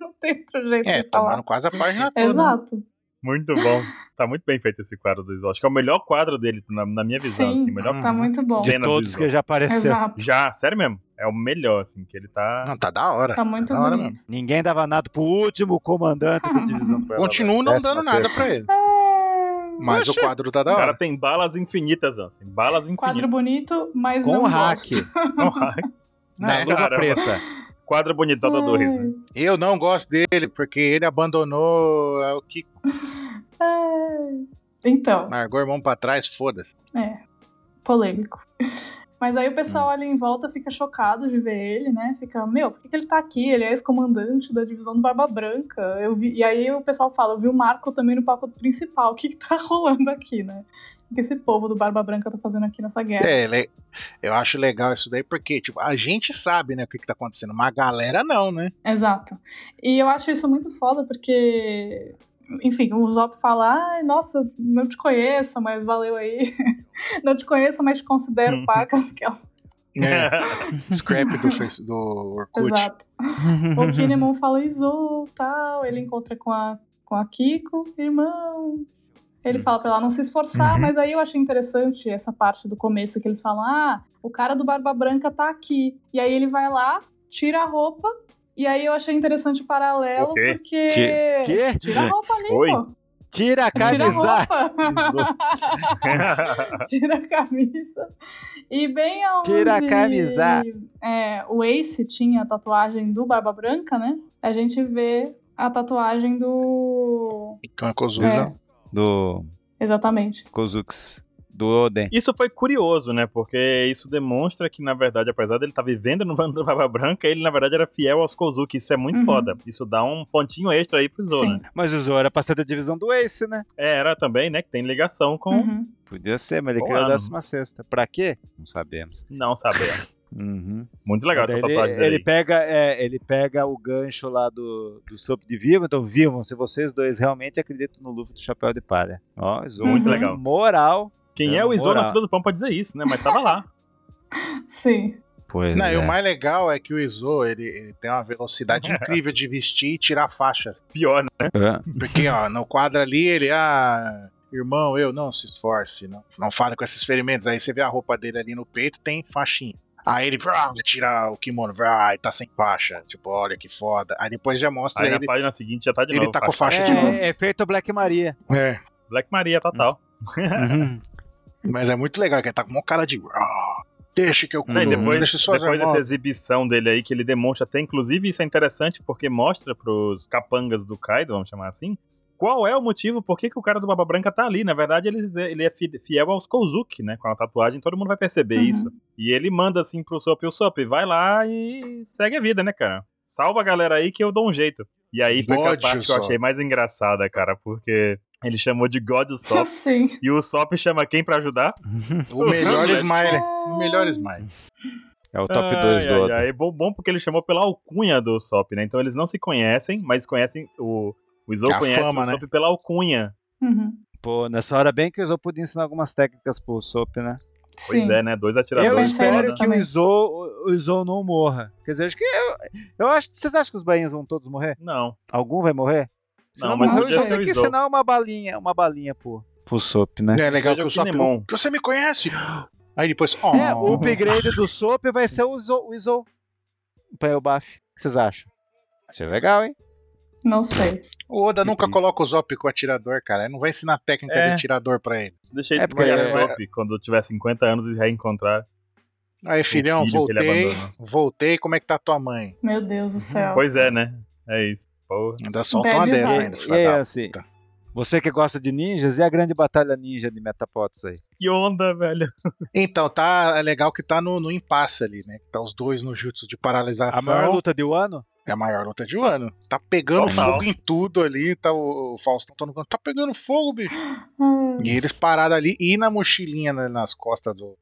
não tem outro jeito
É,
de falar.
tomaram quase a página toda.
Exato.
Muito bom. Tá muito bem feito esse quadro do Izou. Acho que é o melhor quadro dele, na, na minha visão.
Sim.
Assim, melhor...
Tá muito bom.
De
Cena do
todos
Izo.
que já apareceu.
Exato.
Já, sério mesmo. É o melhor, assim, que ele tá.
Não, tá da hora.
Tá muito
da hora
bonito.
Ninguém dava nada pro último comandante
Ah,
da divisão do Pearl
Continuo não
Harbor.
dando
Décima
nada
sexta.
pra ele.
É...
Mas o quadro tá da
O
hora.
cara tem balas infinitas, ó, assim, balas
Quadro
infinitas.
bonito, mas
Com
não
o hack.
gosto.
Quadro,
Na
Né,
luva
caramba.
preta.
quadro bonito da Doris, né?
Eu não gosto dele, porque ele abandonou é, o que
Ai. Então,
largou o irmão pra trás, foda-se.
é. Polêmico. Mas aí o pessoal ali em volta fica chocado de ver ele, né? Fica, meu, por que, que ele tá aqui? Ele é ex-comandante da divisão do Barba Branca. Eu vi... E aí o pessoal fala, eu vi o Marco também no papo principal. O que, que tá rolando aqui, né? O que esse povo do Barba Branca tá fazendo aqui nessa guerra?
É, ele- eu acho legal isso daí, porque, tipo, a gente sabe, né, o que, que tá acontecendo, mas a galera não, né?
Exato. E eu acho isso muito foda, porque. Enfim, o Zop fala, "Ai, nossa, não te conheço, mas valeu aí. não te conheço, mas te considero paca. Aquela-
É, scrap do, face, do Orkut.
Exato. O Kinemon fala Izou, tal. Ele encontra com a, com a Kiko, irmão. Ele fala pra ela não se esforçar,
Uhum.
mas aí eu achei interessante essa parte do começo que eles falam: ah, o cara do Barba Branca tá aqui. E aí ele vai lá, tira a roupa, e aí eu achei interessante o paralelo,
O quê?
porque.
Quê?
Tira a roupa ali,
Oi?
pô.
Tira a
Tira a
camisa.
roupa. Tira a camisa. E bem aonde...
Tira a camisa.
É, o Ace tinha a tatuagem do Barba Branca, né? A gente vê a tatuagem do...
Então é Kozuza.
É,
Do
exatamente.
Kozuks. Do Oden.
Isso foi curioso, né? Porque isso demonstra que, na verdade, apesar dele estar vivendo no Bando da Barba Branca, ele, na verdade, era fiel aos Kozuki. Isso é muito
Uhum.
foda. Isso dá um pontinho extra aí pro Zou,
Sim.
né?
Mas o Zou era pra ser da divisão do Ace, né?
É, era também, né? Que tem ligação com...
Uhum.
Podia ser, mas ele
Bom
criou a
ano.
16. Pra quê? Não sabemos.
Não saber.
Uhum.
Muito legal essa
Ele-
tatuagem
ele,
dele.
pega, é, ele pega o gancho lá do, do Soap de Vivo, então vivam se vocês dois realmente acreditam no Luffy do Chapéu de Palha. Ó, Zou,
Muito
com
legal.
Moral.
Quem é,
É,
o Izou na
moral.
fila do pão pra dizer isso, né? Mas tava lá.
Sim.
Pois
Não, e o mais legal é que o Izo, ele, ele tem uma velocidade incrível de vestir e tirar a faixa.
Pior, né?
É.
Porque, ó, no quadro ali, ele, ah, irmão, eu, não se esforce, não, não fale com esses ferimentos. Aí você vê a roupa dele ali no peito, tem faixinha. Aí ele vrá, tira o kimono, vrá, e tá sem faixa. Tipo, olha que foda. Aí depois já mostra
Aí na
ele.
página seguinte já tá de
ele
novo.
tá com faixa de novo.
É, é feito Black Maria.
É,
Black Maria, total.
Uhum.
mas é muito legal, que ele tá com uma cara de. "Vrá". Deixa que eu
Não, e
cuido,
depois
deixa suas
depois dessa
irmãs.
exibição dele aí, que ele demonstra até, inclusive, isso é interessante porque mostra pros capangas do Kaido, vamos chamar assim, qual é o motivo, por que, que o cara do Baba Branca tá ali. Na verdade, ele, ele é fi- fiel aos Kozuki, né? Com a tatuagem, todo mundo vai perceber
Uhum.
isso. E ele manda assim pro Sop, o Sop, vai lá e segue a vida, né, cara? Salva a galera aí que eu dou um jeito. E aí foi aquela
God,
parte que eu
Usopp.
achei mais engraçada, cara, porque ele chamou de God Sop.
Assim.
e o Sop chama quem pra ajudar?
O melhor
Não,
Smiley. O melhor Smiley.
É o top
Ai,
2
ai,
do Oda.
ai. Bom, bom porque ele chamou pela alcunha do Sop, né? Então eles não se conhecem, mas conhecem o. O Izou
É a
conhece
fama,
o
né?
Sop pela alcunha.
Uhum.
Pô, nessa hora bem que o Zou podia ensinar algumas técnicas pro Sop, né?
Pois
Sim.
é, né? Dois
Eu
atiradores.
pensei
espero
nisso
foda.
que
também.
o Zou, o- o Zou não morra. Quer dizer, acho que eu, eu acho. Vocês acham que os bainhas vão todos morrer?
Não.
Algum vai morrer? Se
Não,
não,
mas
morrer,
podia
eu
ser
sei
o
que
Izou.
senão é uma balinha, uma balinha pro, pro Sop, né?
É legal
Seja
que
o
o Sop.
Kinemon.
Você me conhece? Aí depois. Oh,
É, o upgrade do Sop vai ser o Zou. O Zou. Pra o buff. O que vocês acham? Isso é legal, hein?
Não sei.
O Oda nunca coloca o Zop com o atirador, cara. Ele não vai ensinar técnica
Uhum. É.
de atirador pra ele.
Deixa ele
É
é
porque
o
ele é-
Sop quando tiver 50 anos e reencontrar.
Aí, filhão,
filho que ele
voltei.
abandona.
Voltei, como é que tá tua mãe?
Meu Deus do céu.
Pois é, né? É isso. Porra.
Ainda solta
Bad
uma dessa
vibes.
ainda.
E
filha
aí,
da-
Ah, assim, você que gosta de ninjas, e a grande batalha ninja de Metapods aí?
Que onda, velho.
Então, tá é legal que tá no, no impasse ali, né? Tá os dois no jutsu de
A
paralisação.
maior luta de um Wano?
É a maior luta de um ano. Tá pegando
Normal.
fogo em tudo ali. Tá o, o Faustão todo mundo, Tá pegando fogo, bicho.
Hum.
E eles parados ali e na mochilinha né, nas costas do.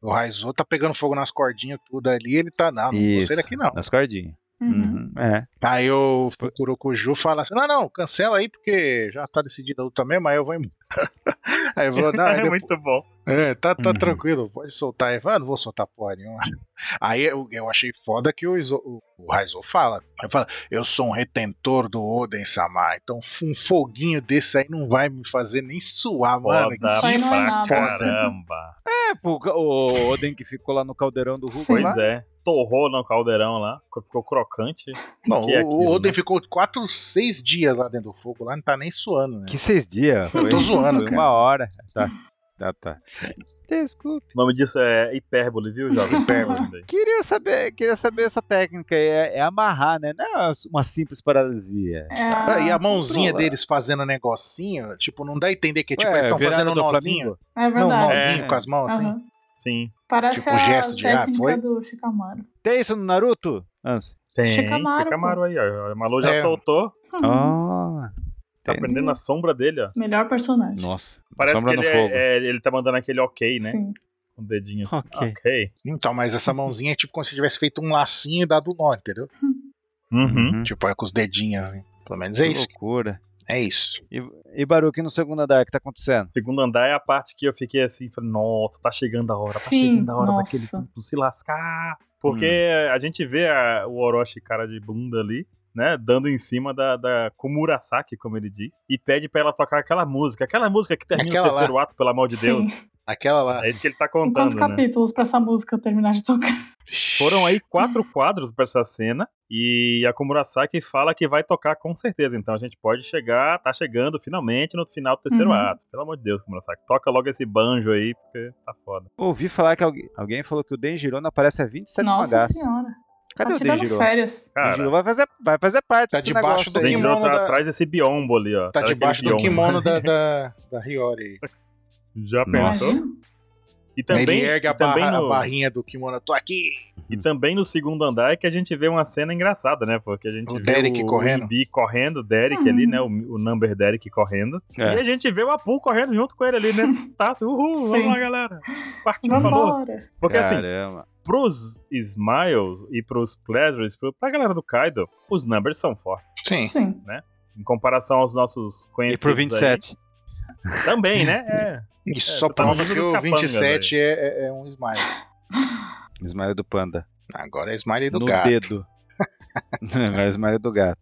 do Raizou tá pegando fogo nas cordinhas, tudo ali. Ele tá, não, não vou
Isso.
sair daqui não.
Nas cordinhas.
Uhum.
Uhum, É.
Aí o Kurokuju fala assim: não, não, cancela aí, porque já tá decidida a luta mesmo, aí eu vou embora. aí falou, não, aí
é
depois-
muito bom.
é, tá, tá
Uhum.
tranquilo, pode soltar aí. Ah, não vou soltar porra nenhuma. Aí eu, eu achei foda que o, Izo, o, o Raizou fala. Ele fala, eu sou um retentor do Oden Samar, então um foguinho desse aí não vai me fazer nem suar, mano.
Foda
Que
Isso aí não é
pra
nada.
caramba.
É, pô, o Oden que ficou lá no caldeirão do Hulk.
Sim.
lá.
Pois é. Torrou no caldeirão lá. Ficou crocante.
Não,
que é
o- o
aquilo,
Oden
né?
ficou quatro, seis dias lá dentro do fogo, lá não tá nem suando, né?
Que seis dias?
Eu tô zoando,
foi
cara.
uma hora. Tá, tá, tá. Desculpe.
O nome disso é hipérbole, viu, jovem?
Hipérbole.
Queria saber, queria saber essa técnica aí. É, é amarrar, né? Não é uma simples paralisia.
É,
Ah, e a mãozinha
controla.
deles fazendo negocinho, tipo, não dá a entender que tipo,
Ué,
eles estão
virada
fazendo
do
nozinho.
Flamengo?
é
Não, um
verdade.
nozinho
É.
com as mãos assim.
Aham.
Sim.
Parece
Tipo,
a
gesto de, ah,
técnica
foi?
do Shikamaru.
Tem isso no Naruto? Anse.
Tem.
Shikamaru,
Shikamaru aí, ó. O Malu já
É.
soltou.
Uhum.
Ah,
Tá
Entendi.
prendendo a sombra dele, ó.
Melhor personagem.
Nossa,
Parece
sombra
que
no
ele,
fogo.
é, é- ele tá mandando aquele ok, né?
Sim.
Com o dedinho assim.
Ok.
Ok.
Então, mas essa mãozinha é tipo como se tivesse feito um lacinho e dado nó, entendeu?
Uhum.
Uhum.
Tipo, é com os dedinhos, assim. Pelo menos é
Hum. que
isso.
loucura.
É isso.
E, e Baruque no segundo andar, o que tá acontecendo?
Segundo andar é a parte que eu fiquei assim, falei, nossa, tá chegando a hora,
Sim,
tá chegando a hora
nossa.
daquele culto se lascar.
Hum.
Porque a gente vê a- o Orochi cara de bunda ali, né, dando em cima da, da Komurasaki, como ele diz, e pede pra ela tocar aquela música, aquela música que termina
Aquela
o terceiro ato, pelo amor de Deus.
Sim.
Aquela lá.
É isso que ele tá
Tem quantos
contando, né?
capítulos pra essa música terminar de tocar?
Foram aí quatro quadros pra essa cena e a Komurasaki fala que vai tocar com certeza. Então a gente pode chegar, tá chegando finalmente no final do terceiro
Uhum.
ato. Pelo amor de Deus, Komurasaki, toca logo esse banjo aí, porque tá foda.
Ouvi falar que alguém, alguém falou que o Denjiro não aparece há 27
Nossa
mangás.
senhora.
Tá Cadê
tá
o
tirando
Denjiro?
férias.
O
Cara,
Denjiro vai fazer, vai fazer parte
Tá
desse
debaixo
negócio
do
aí.
Denjiro
kimono
tá
da-
atrás desse biombo ali, ó.
Tá
Sabe
debaixo
aquele
do
biombo?
kimono da, da, da Hiyori.
Já pensou?
Imagina.
E também,
Ele ergue
e
a,
também
barra-
no,
a barrinha do kimono. Tô aqui!
e também no segundo andar é que a gente vê uma cena engraçada, né? Porque a gente
O
vê
Derek
o
correndo.
Ibi correndo, o Derek
Uhum.
ali, né? O, o number Derek correndo.
É.
E a gente vê o Apu correndo junto com ele ali, né? Tá, uhul,
Sim.
vamos lá, galera. Partiu, falou.
Vambora.
Porque assim,
Caramba.
pros Smiles e pros Pleasures, pro- pra galera do Kaido, os numbers são fortes.
Sim.
Sim.
Em comparação aos nossos
E
conhecidos.
pro
aí.
27.
também, né? É.
E
você
só
tá
prova
falando
que
dos
o
capangas
27 é, é- é um smile.
Smile do panda.
Agora é smile do
no
gato.
dedo. Agora smile do gato.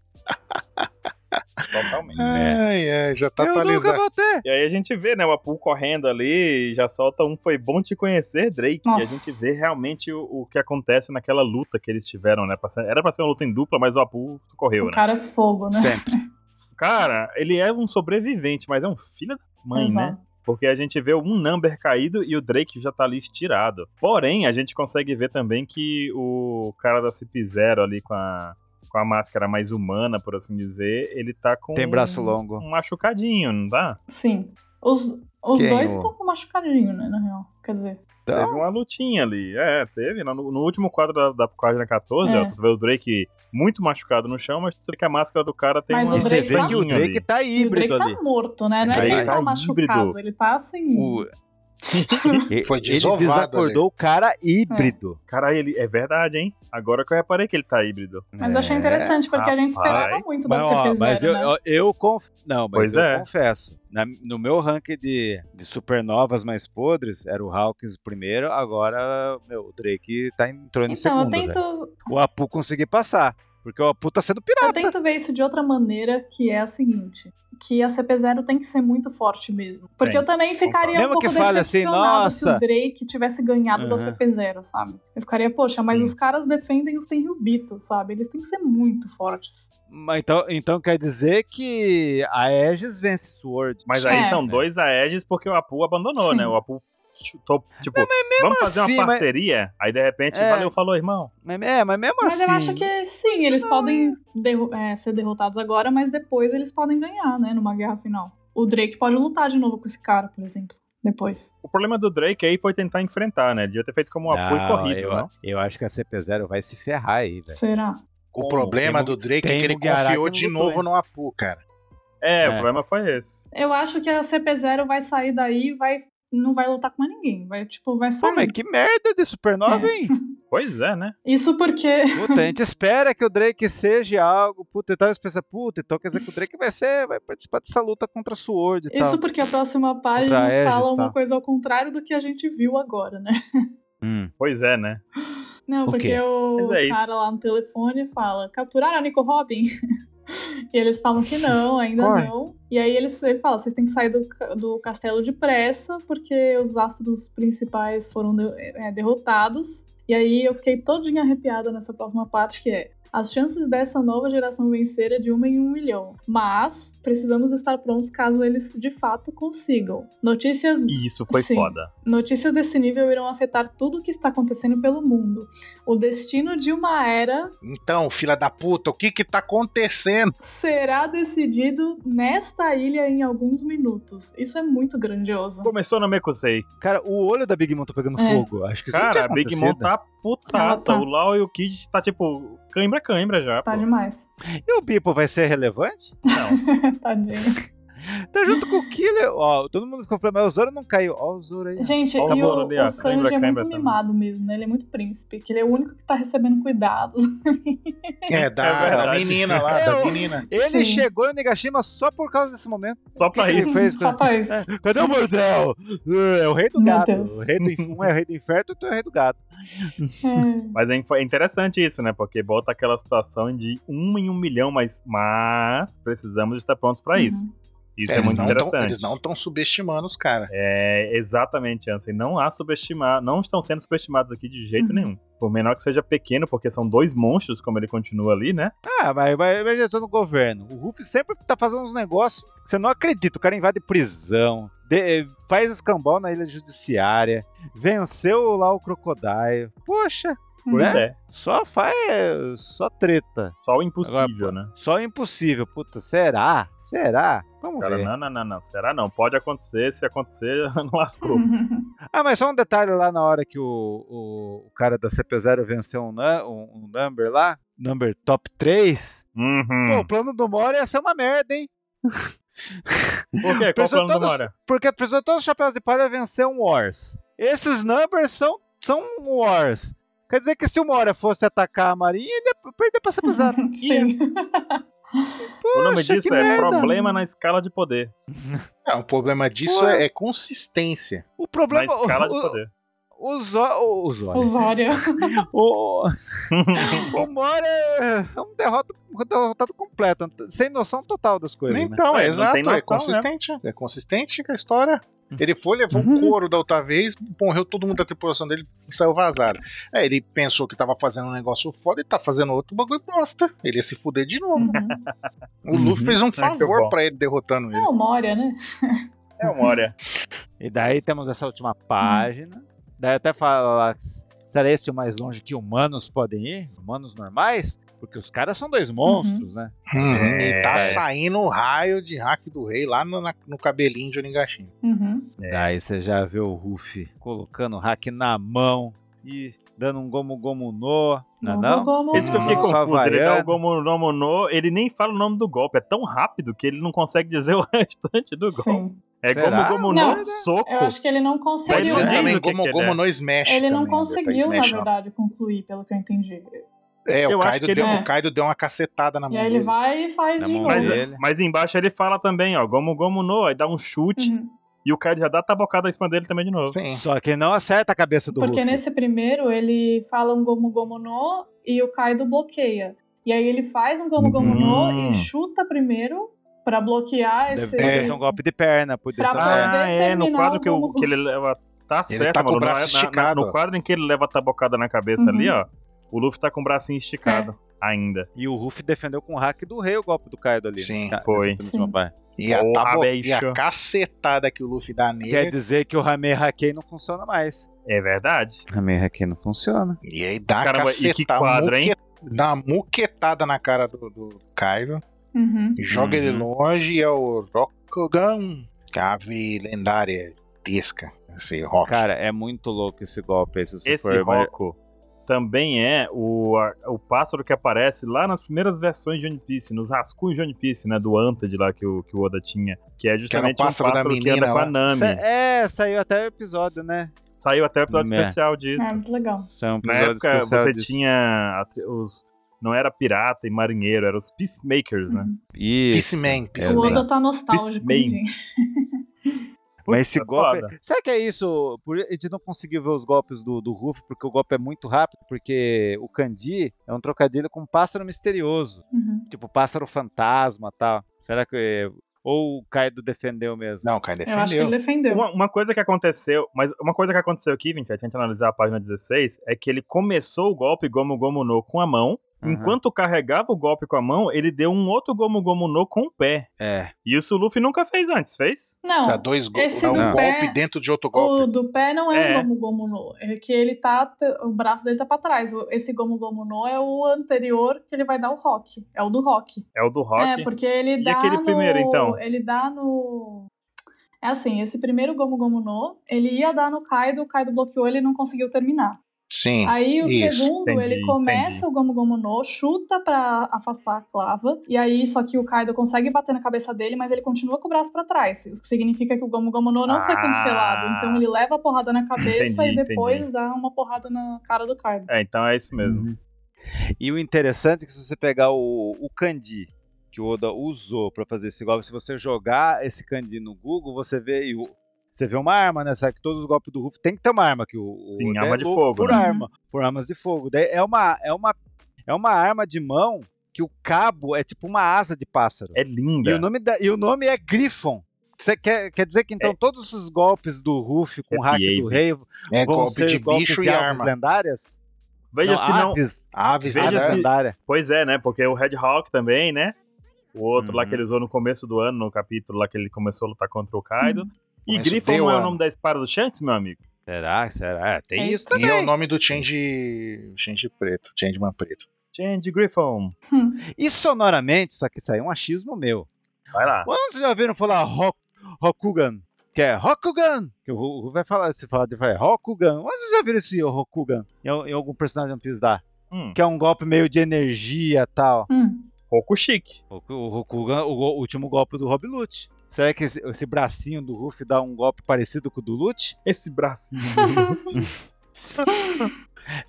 Totalmente.
Ai, ai, já tá
Eu nunca
atualizado.
vou ter.
E aí a gente vê, né, o Apu correndo ali e já solta um Foi Bom Te Conhecer, Drake.
Nossa.
E a gente vê realmente o, o que acontece naquela luta que eles tiveram, né? pra ser- Era pra ser uma luta em dupla, mas o Apu correu,
O
né?
cara é fogo, né?
Sempre.
Cara, ele é um sobrevivente, mas é um filho da mãe, né?
Exato.
Porque a gente vê um number caído e o Drake já tá ali estirado. Porém, a gente consegue ver também que o cara da CP0 ali com a, com a máscara mais humana, por assim dizer, ele tá com.
Tem braço longo.
Um machucadinho, não tá?
Sim. Os, os
Quem,
dois
o-
estão com machucadinho, né, na real. Quer dizer,
Então,
Teve uma lutinha ali. É, teve. No, no último quadro da, da página 14,
É.
ó, tu vê o Drake muito machucado no chão, mas tu vê que a máscara do cara tem
Mas
uma
e
o
você
Drake
vê
tá-
que o
franjinha
Drake
ali.
tá
e o Drake
híbrido
tá
ali.
morto, né? Não
Tá
é que ele
híbrido.
tá machucado,
Híbrido.
ele tá assim.
O-
Foi
ele
desovado
desacordou o cara híbrido.
Caralho, ele... é verdade, hein? Agora que eu reparei que ele tá híbrido.
Mas eu achei interessante, porque a gente esperava
rapaz.
muito da
É, Mas, ó,
CP0,
mas eu,
né?
eu, eu conf- não, mas
Pois
eu
é.
confesso. na- no meu ranking de, de supernovas mais podres, era o Hawkins primeiro, agora meu, o Drake tá, entrou no
Então,
segundo.
eu tento,
velho. O Apu conseguiu passar, porque o Apu tá sendo pirata.
eu tento ver isso de outra maneira, que é a seguinte. Que a CP0 tem que ser muito forte mesmo. Porque
Tem.
eu também ficaria
Mesmo
um
que
pouco
fale assim,
decepcionado se
"Nossa".
o Drake tivesse ganhado da
Uhum.
CP0, sabe? Eu ficaria, poxa, mas
Sim.
os caras defendem os Tenryubito, sabe? Eles têm que ser muito fortes.
Mas então, então quer dizer que a Aegis vence Sword.
Mas aí
É.
são dois Aegis porque o Apu abandonou,
Sim.
né? O Apu chutou, tipo, vamos fazer
assim,
uma
mas-
parceria? Aí de repente,
É.
valeu, falou, irmão.
Mas, é, mas mesmo
Mas
assim.
eu acho que sim, eles podem derro- é, ser derrotados agora, mas depois eles podem ganhar, né? Numa guerra final. O Drake pode lutar de novo com esse cara, por exemplo. Depois.
O problema do Drake aí foi tentar enfrentar, né? Ele devia ter feito como o Apu e
Não,
corrido,
eu,
não?
eu acho que a CP0 vai se ferrar aí, velho.
Será?
O
Como?
problema
Tem
do Drake
tem
é que ele
Mugiará
confiou
que
de
não lutou,
novo no Apu, cara.
É,
É.
o problema foi esse.
Eu acho que a CP0 vai sair daí e vai, não vai lutar com mais ninguém. Vai, tipo, vai
Pô,
sair.
mas é que merda de supernova, hein?
Pois é, né?
Isso porque.
Puta, a gente espera que o Drake seja algo. Puta, então você pensa, puta, então quer dizer que o Drake vai ser, vai participar dessa luta contra a Sword e
Isso
tal.
porque a próxima página
Tá. Aegis,
fala
tá.
uma coisa ao contrário do que a gente viu agora, né?
Pois é, né?
Não,
O quê?
porque o
Mas é isso.
cara lá no telefone fala: capturaram a Nico Robin? e eles falam que não, ainda
Corre.
não. E aí eles ele fala: vocês têm que sair do, ca- do castelo depressa, porque os astros principais foram de- é, derrotados. E aí eu fiquei todinha arrepiada nessa próxima parte que é. As chances dessa nova geração vencer é de uma em um milhão. Mas precisamos estar prontos caso eles de fato consigam. Notícias
E isso foi
Sim.
foda.
Notícias desse nível irão afetar tudo o que está acontecendo pelo mundo. O destino de uma era
Então, filha da puta, o que que tá acontecendo?
será decidido nesta ilha em alguns minutos. Isso é muito grandioso.
Começou no Mekusei.
Cara, o olho da Big Mom tá pegando
É.
fogo. Acho que isso não
Cara,
tinha
a Big
acontecido.
Mom tá putaça.
Ela tá.
O Lau e o Kid tá tipo cãibra, cãibra já.
Tá
pô.
demais.
E o Bipo vai ser relevante?
Não.
Tadinho.
Tá junto com o Killer. Ó, todo mundo ficou falando, mas o Zoro não caiu. Ó, o Zoro aí. ó.
Gente,
Olha
e
a bola
o,
ali, ó.
o Sanji
Cãibra,
é
cãibra
muito
também.
mimado mesmo, né? Ele é muito príncipe, que ele é o único que tá recebendo cuidados.
É, da,
É verdade.
da menina lá,
É,
da
o-
menina.
Ele
Sim.
chegou no Nigashima só por causa desse momento.
Só pra
Ele
isso.
fez né? É. quando-
Só pra isso.
Cadê o bordel? Uh, É o rei do
Meu
gado.
Deus.
O rei do, inf- um é o rei do inferno, outro é o rei do gado.
É.
Mas é in- é interessante isso, né? Porque bota aquela situação de um em um milhão, mas, mas precisamos estar prontos
Uhum.
pra isso. Isso é,
Eles
muito
não tão-
interessante.
eles não estão subestimando os caras.
É, exatamente, Ansem. Não há subestimar, não estão sendo subestimados aqui de jeito
Uhum.
nenhum. Por menor que seja pequeno, porque são dois monstros, como ele continua ali, né?
Ah, mas, mas, mas eu tô no governo. O Ruff sempre tá fazendo uns negócios que você não acredita. O cara invade prisão, de- eh, faz escambau na ilha judiciária, venceu lá o Crocodile. Poxa,
Uhum.
Né?
Pois é.
só faz. só treta.
Só o impossível, né?
Só impossível. Puta, será? Será? Vamos
Cara,
ver.
não, não, não, não. Será não? Pode acontecer, se acontecer, não lascou.
Uhum.
Ah, mas só um detalhe lá na hora que o, o, o cara da CP0 venceu um, nu- um, um number lá, number top 3.
Uhum.
Pô, o plano do Mora ia ser uma merda, hein?
Por quê? Qual o
pessoal
plano do
todos-
Mora?
Porque a pessoa, todos os chapéus de palha vencer um Wars. Esses numbers são, são Wars. Quer dizer que se o Mora fosse atacar a marinha, ele ia perder pra ser
Uhum.
pesado.
Sim.
O nome
Poxa,
disso
que
é
merda.
Problema na Escala de Poder.
Não, o problema disso
Pô.
é, é consistência.
O
Na
problema
Escala de
o,
Poder.
o, o, Zó- o, o Zóio.
O Zória.
O, o Mora é um derrota, um derrotado completo, sem noção total das coisas. né?
Então,
É,
é,
não
exato,
tem noção, Uhum.
é consistente. É consistente com a história. Ele foi, levou um couro da outra vez, morreu todo mundo da tripulação dele e saiu vazado. Aí ele pensou que tava fazendo um negócio foda e tá fazendo outro bagulho bosta. Ele ia se fuder de novo.
Uhum.
O Luffy fez um
bom.
favor pra ele derrotando
É
ele.
o Moria, né?
Memória.
E daí temos essa última página. Daí até fala: sereste o mais longe que humanos podem ir? Humanos normais? Porque os caras são dois monstros, né?
e tá
É.
saindo o raio de hack do rei lá no, na- no cabelinho de Onigashima.
Uhum.
Daí você já vê o Ruffy colocando o hack na mão e dando um gomo gomo no. Não, é não?
Gomu,
Esse que eu fiquei
Não,
Gomu.
confuso. Ele dá
Havaiana.
o Gomu no Mono, ele nem fala o nome do golpe. É tão rápido que ele não consegue dizer o restante do golpe.
Sim.
É
Será?
Gomu Gomu
Não,
no, soco.
Eu acho que ele não
Pode
Pode
conseguiu.
ser
ser
diz
né?
também
o que
como
que ele
Gomo
é.
no Smash.
Ele não
também, né?
conseguiu,
Smash,
na
não.
verdade, concluir, pelo que eu entendi.
É,
Eu
o
acho
Kaido,
que ele-
deu,
É.
o Kaido deu uma cacetada na
E
mão
aí
dele.
ele vai e faz
Na
de
mão
novo.
Mas,
dele.
mas embaixo ele fala também, ó, Gomu Gomu no, aí dá um chute
Uhum.
e o Kaido já dá a tabocada da espuma dele também de novo.
Sim.
Só que não acerta a cabeça do
Porque
Ruffy.
nesse primeiro ele fala um Gomu Gomu no e o Kaido bloqueia. E aí ele faz um Gomu Gomu no
Hum.
e chuta primeiro pra bloquear esse.
Deve ter
É.
sido um golpe de perna, por
Pra
isso
poder
Ah, é, no
terminar
quadro
o
que, eu,
Gomu
que ele leva. Tá
tá Ele
certo,
tá com o
mano. não é-
braço
na- na-
esticado, ó.
no quadro em que ele leva a tabocada na cabeça
Uhum. É.
ali, ó, o Luffy tá com o bracinho esticado ainda.
E o Ruffy defendeu com o hack do rei o golpe do Kaido ali. né?
Sim,
nessa-
foi.
nessa penúltima
Sim.
parte.
E a,
Porra,
tabo...
bicho.
e a cacetada que o Luffy dá
Quer
nele.
dizer que o Hamei Hakei não funciona mais.
É verdade.
Hamei Hakei não funciona.
E aí dá uma
Caramba, e
cacetada.
que quadro, hein?
muque- Dá uma muquetada na cara do, do Kaido.
Uhum.
Joga ele
Uhum.
longe e é o Rokugan. Que é a ave lendária tesca. Esse Rock.
Cara, é muito louco esse golpe. aí, Se você
Esse
for
Roku também é o, a- o pássaro que aparece lá nas primeiras versões de One Piece, nos rascunhos de One Piece, né? Do Anted lá que o, que o Oda tinha. Que é justamente
pássaro
um
da
pássaro que
menina
anda com a
lá.
Nami.
Sa- É, saiu até o episódio, né?
Saiu até o episódio
É.
especial disso.
É, muito legal.
Saiu um
Na
episódio
época
especial
você
disso.
tinha a tri- os. Não era pirata e marinheiro, eram os peacemakers, né?
Uhum.
Isso. é
Peaceman,
O
Peaceman.
Oda tá nostálgico,
Bismay.
gente.
Mas
Putz,
esse
é
golpe.
foda.
Será que é isso? Por... A gente não conseguiu ver os golpes do, do Ruff, porque o golpe é muito rápido, porque o Kandi é um trocadilho com um pássaro misterioso.
Uhum.
Tipo, pássaro fantasma tal. Será que. Ou o Kaido defendeu mesmo?
Não, o Kaido
Eu acho que ele
defendeu.
defendeu.
Uma, uma coisa que aconteceu, mas uma coisa que aconteceu aqui, 27, se a gente analisar a página 16, é que ele começou o golpe Gomu Gomu no com a mão.
Aham.
Enquanto carregava o golpe com a mão, ele deu um outro Gomu Gomu no com o pé.
É.
E isso o Luffy nunca fez antes, fez?
Dá
Não,
dois go
Esse
dá um
do
pé-
golpe dentro de outro
o
golpe.
do pé não é,
É.
o Gomu Gomu no. É que ele tá. t- O braço dele tá pra trás. O- Esse Gomu Gomu no é o anterior que ele vai dar o rock. É o do rock.
É o do
É,
Rock.
porque ele
E
dá.
aquele
no...
primeiro, então?
Ele dá no. É assim, esse primeiro Gomu Gomu no, ele ia dar no Kaido, o Kaido bloqueou, ele não conseguiu terminar.
Sim.
Aí o
Isso,
segundo,
entendi,
ele começa
entendi.
o Gomu Gomu no, chuta pra afastar a clava, e aí só que o Kaido consegue bater na cabeça dele, mas ele continua com o braço pra trás, o que significa que o Gomu Gomu no não foi
Ah.
cancelado. Então ele leva a porrada na cabeça
Entendi,
e depois
entendi.
dá uma porrada na cara do Kaido.
É, então é isso mesmo.
Uhum. E o interessante é que se você pegar o, o Kandi, que o Oda usou pra fazer esse golpe, se você jogar esse Kandi no Google, você vê. e o- Você vê uma arma, né? Sabe que todos os golpes do Ruff tem que ter uma arma. Que o, o
Sim,
Oda
arma
é
de
louco
fogo,
Por
né?
arma. Por armas de fogo. Daí é uma, é uma, é uma arma de mão que o cabo é tipo uma asa de pássaro.
É
E o
linda.
nome, da- e o nome é Griffon. Você quer, quer dizer que então todos os golpes do Ruff com o hack
É
do rei vão
É golpe
ser
de
golpes
bicho
de
e
aves
arma.
lendárias?
Veja se não.
Aves,
Aves
Veja
aves
se-
lendárias.
lendária.
Pois é, né? Porque o Red Hawk também, né? O outro lá
Uhum.
que ele usou no começo do ano, no capítulo lá que ele começou a lutar contra o Kaido.
Uhum.
E
Começo
Griffon
de
não é o
ano.
nome da espada do Shanks, meu amigo?
Será? Será? É, Tem
Eita.
isso também.
E é o nome do Change. Change preto. Changeman preto.
Change Griffon.
Hum,
E sonoramente, só que isso aí é um achismo meu.
Vai lá.
Quando vocês já ouviram falar Hok- Rokugan? Que é Rokugan! Que o Ru- Ru vai falar, se falar de falar, Rokugan. Onde vocês já viram esse Rokugan? Em, em algum personagem do One Piece dá?
Hum.
Que é um golpe meio de energia e tal.
Hum.
Roku chique.
O, o Rokugan, o, go- o último golpe do Rob Lute. Será que esse, esse bracinho do Ruff dá um golpe parecido com o do Lute?
Esse bracinho.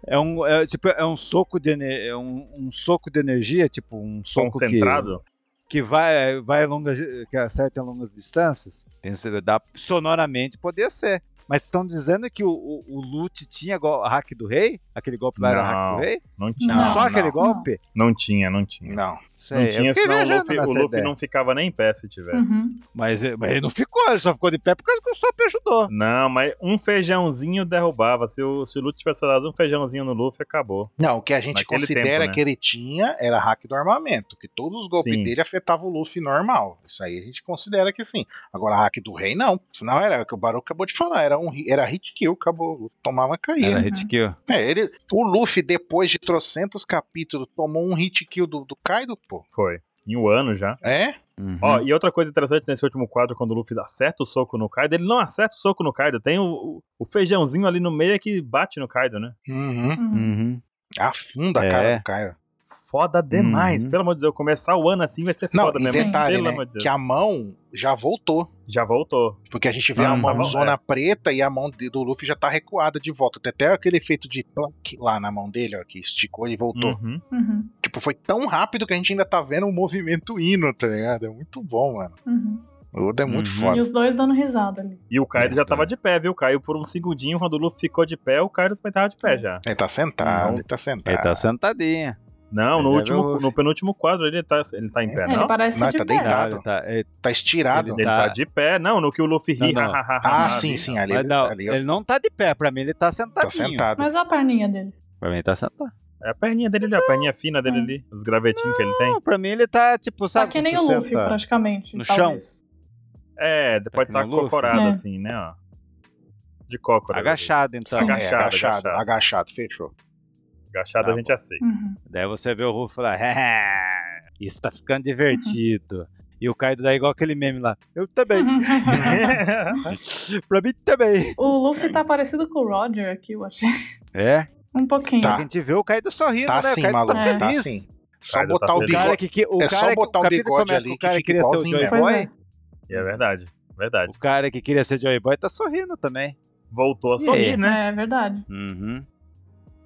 É um, é, tipo, é um soco de ener- é um, um soco de energia, tipo um soco que,
concentrado.
que vai vai longas que acerta em longas distâncias. Pensa, dá, sonoramente poderia ser. Mas estão dizendo que o, o, o Lute tinha go- hack do rei? Aquele golpe lá era
Não.
hack do rei?
Não tinha.
Não.
Só aquele golpe?
Não tinha, não tinha.
Não.
Não
sei.
tinha,
É, eu fiquei
senão o
viajando
Luffy,
nessa
o Luffy
ideia.
não ficava nem em pé se tivesse.
Uhum.
Mas, mas ele não ficou, ele só ficou de pé por causa que o Sop ajudou.
Não, mas um feijãozinho derrubava. Se o, se o Luffy tivesse dado um feijãozinho no Luffy, acabou.
Não, o que a gente
Naquele
considera
tempo, né?
que ele tinha era hack do armamento, que todos os golpes
Sim.
dele afetavam o Luffy normal. Isso aí a gente considera que sim. Agora, hack do rei, não. Senão era é o que o Baru acabou de falar, era, um, hi- era hit kill, acabou, o Luffy tomava cair.
Era
Uhum.
hit kill.
É, ele, o Luffy, depois de trocentos capítulos, tomou um hit kill do, do Kaido, pô.
Foi. Em um ano já.
É?
Uhum.
Ó, e outra coisa interessante nesse último quadro, quando o Luffy acerta o soco no Kaido, ele não acerta o soco no Kaido. Tem o, o- o feijãozinho ali no meio é que bate no Kaido, né?
Uhum.
Hum.
Uhum.
Afunda a
É.
cara do Kaido.
Foda demais.
Uhum.
Pelo amor de Deus, começar o ano assim vai ser
Não,
foda
e
mesmo.
detalhe,
Pelo
né?
amor de Deus.
Que a mão já voltou.
Já voltou.
Porque a gente vê a
Uhum.
mão
Tá bom,
zona
é.
preta e a mão de- do Luffy já tá recuada de volta. Tem até aquele efeito de plaque lá na mão dele, ó, que esticou e voltou.
Uhum.
Uhum.
Tipo, foi tão rápido que a gente ainda tá vendo o movimento indo, tá ligado? É muito bom, mano.
Uhum.
O Oda é muito
Uhum.
foda.
E os dois dando risada ali.
E o Kaido
É,
já tava de pé, viu? Caiu por um segundinho. Quando o Luffy ficou de pé, o Kaido também tava de
É.
pé já.
Ele tá sentado,
Não.
ele tá sentado.
Ele tá sentadinho.
Não, no,
Mas é
último,
Luffy.
no penúltimo quadro ele tá, ele tá em pé,
É,
não?
Ele parece
Não,
de
tá
pé.
deitado.
Não, ele tá, ele-
Tá estirado.
Ele
Tá.
tá de pé, não, no que o Luffy ri,
Não, não.
ha, ha, ha,
Ah,
ha,
sim,
ali,
sim,
não.
ali,
mas não,
ali ó,
ele não tá de pé, pra mim ele tá
tá
sentadinho.
sentado.
Mas olha a perninha dele.
Pra mim ele tá sentado.
É a perninha dele ali, a perninha fina dele ali, os gravetinhos que ele tem.
Não, pra mim ele tá tipo,
Tá
sabe?
que nem o
você
Luffy,
senta-
praticamente.
no
talvez.
É, pode
que
estar
nem o Luffy.
cocorado
É.
assim, né, ó. De cócora.
Agachado, então.
Sim, é,
Agachado,
agachado,
agachado.
agachado, fechou.
Agachado
Tá
a gente
bom.
aceita.
Uhum.
Daí você vê o Ruff e fala, "Haha, isso tá ficando divertido. E o Kaido dá igual aquele meme lá. Eu também. pra mim também.
Uhum. o Luffy tá parecido com o Roger aqui, eu achei.
É?
Um pouquinho.
Tá.
A gente vê o Kaido sorrindo,
Tá
né?
sim,
o Kaido
maluco,
tá
tá
feliz.
sim. Só
Kaido tá
botar o
O
feliz.
cara
bigode.
que, que- o
é
cara
só
que-
botar o
capítulo
bigode
começa
ali
com o
que
cara
fica
queria ser o
igualzinho
Joy
mesmo.
Boy.
Pois
E é verdade, verdade.
O cara que queria ser Joy Boy tá sorrindo também.
Voltou a sorrir,
É.
né?
É, é verdade.
Uhum.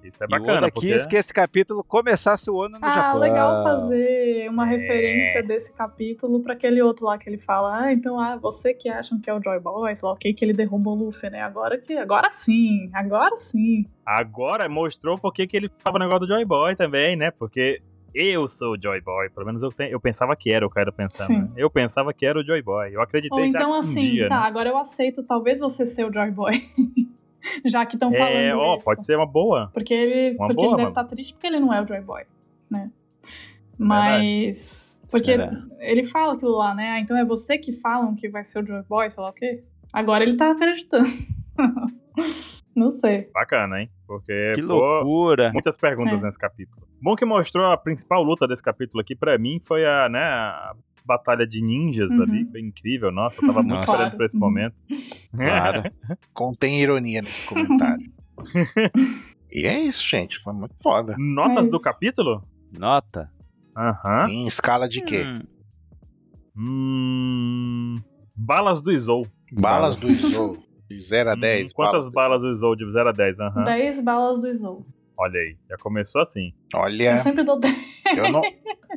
Isso é
E o
bacana,
Oda
porque...
quis que esse capítulo começasse o ano no
ah,
Japão.
legal fazer
É.
uma referência desse capítulo pra aquele outro lá que ele fala. Ah, então ah, você que acham que é o Joy Boy, sei lá, o que que ele derruba o Luffy, né? Agora que. Agora sim, agora sim.
Agora mostrou porque que ele falava o negócio do Joy Boy também, né? Porque eu sou o Joy Boy, pelo menos eu, te- eu pensava que era o Kaido pensando.
Sim.
né? Eu pensava que era o Joy Boy, eu acreditei
Ou
já
então
um
assim,
dia, né?
tá, agora eu aceito talvez você ser o Joy Boy. Já que estão falando
É, ó,
isso.
pode ser uma boa.
Porque ele,
Uma
porque
boa,
ele deve
mano.
estar triste porque ele não é o Joy Boy, né? Mas. Porque
Será?
ele fala aquilo lá, né? Ah, então é você que falam que vai ser o Joy Boy, sei lá o quê. Agora ele tá acreditando. não sei.
Bacana, hein? Porque,
Que
pô,
loucura.
muitas perguntas
É.
nesse capítulo. Bom que mostrou a principal luta desse capítulo aqui, pra mim, foi a, né, a batalha de ninjas
Uhum.
ali. Foi incrível, nossa, eu tava muito
Nossa.
esperando pra esse
Claro.
momento.
Claro.
Contém ironia nesse comentário. e é isso, gente. Foi muito foda.
Notas do
Mas-
capítulo?
Nota.
Aham.
Em escala de quê?
Hum.
Hum, balas do Izou.
Balas do Izou. De 0 a
Hum,
10. balas
Quantas
do-
balas do Izou de 0 a 10? Aham.
10 balas do Zou.
Olha aí, já começou assim.
Eu
Olha,
sempre dou 10.
eu não,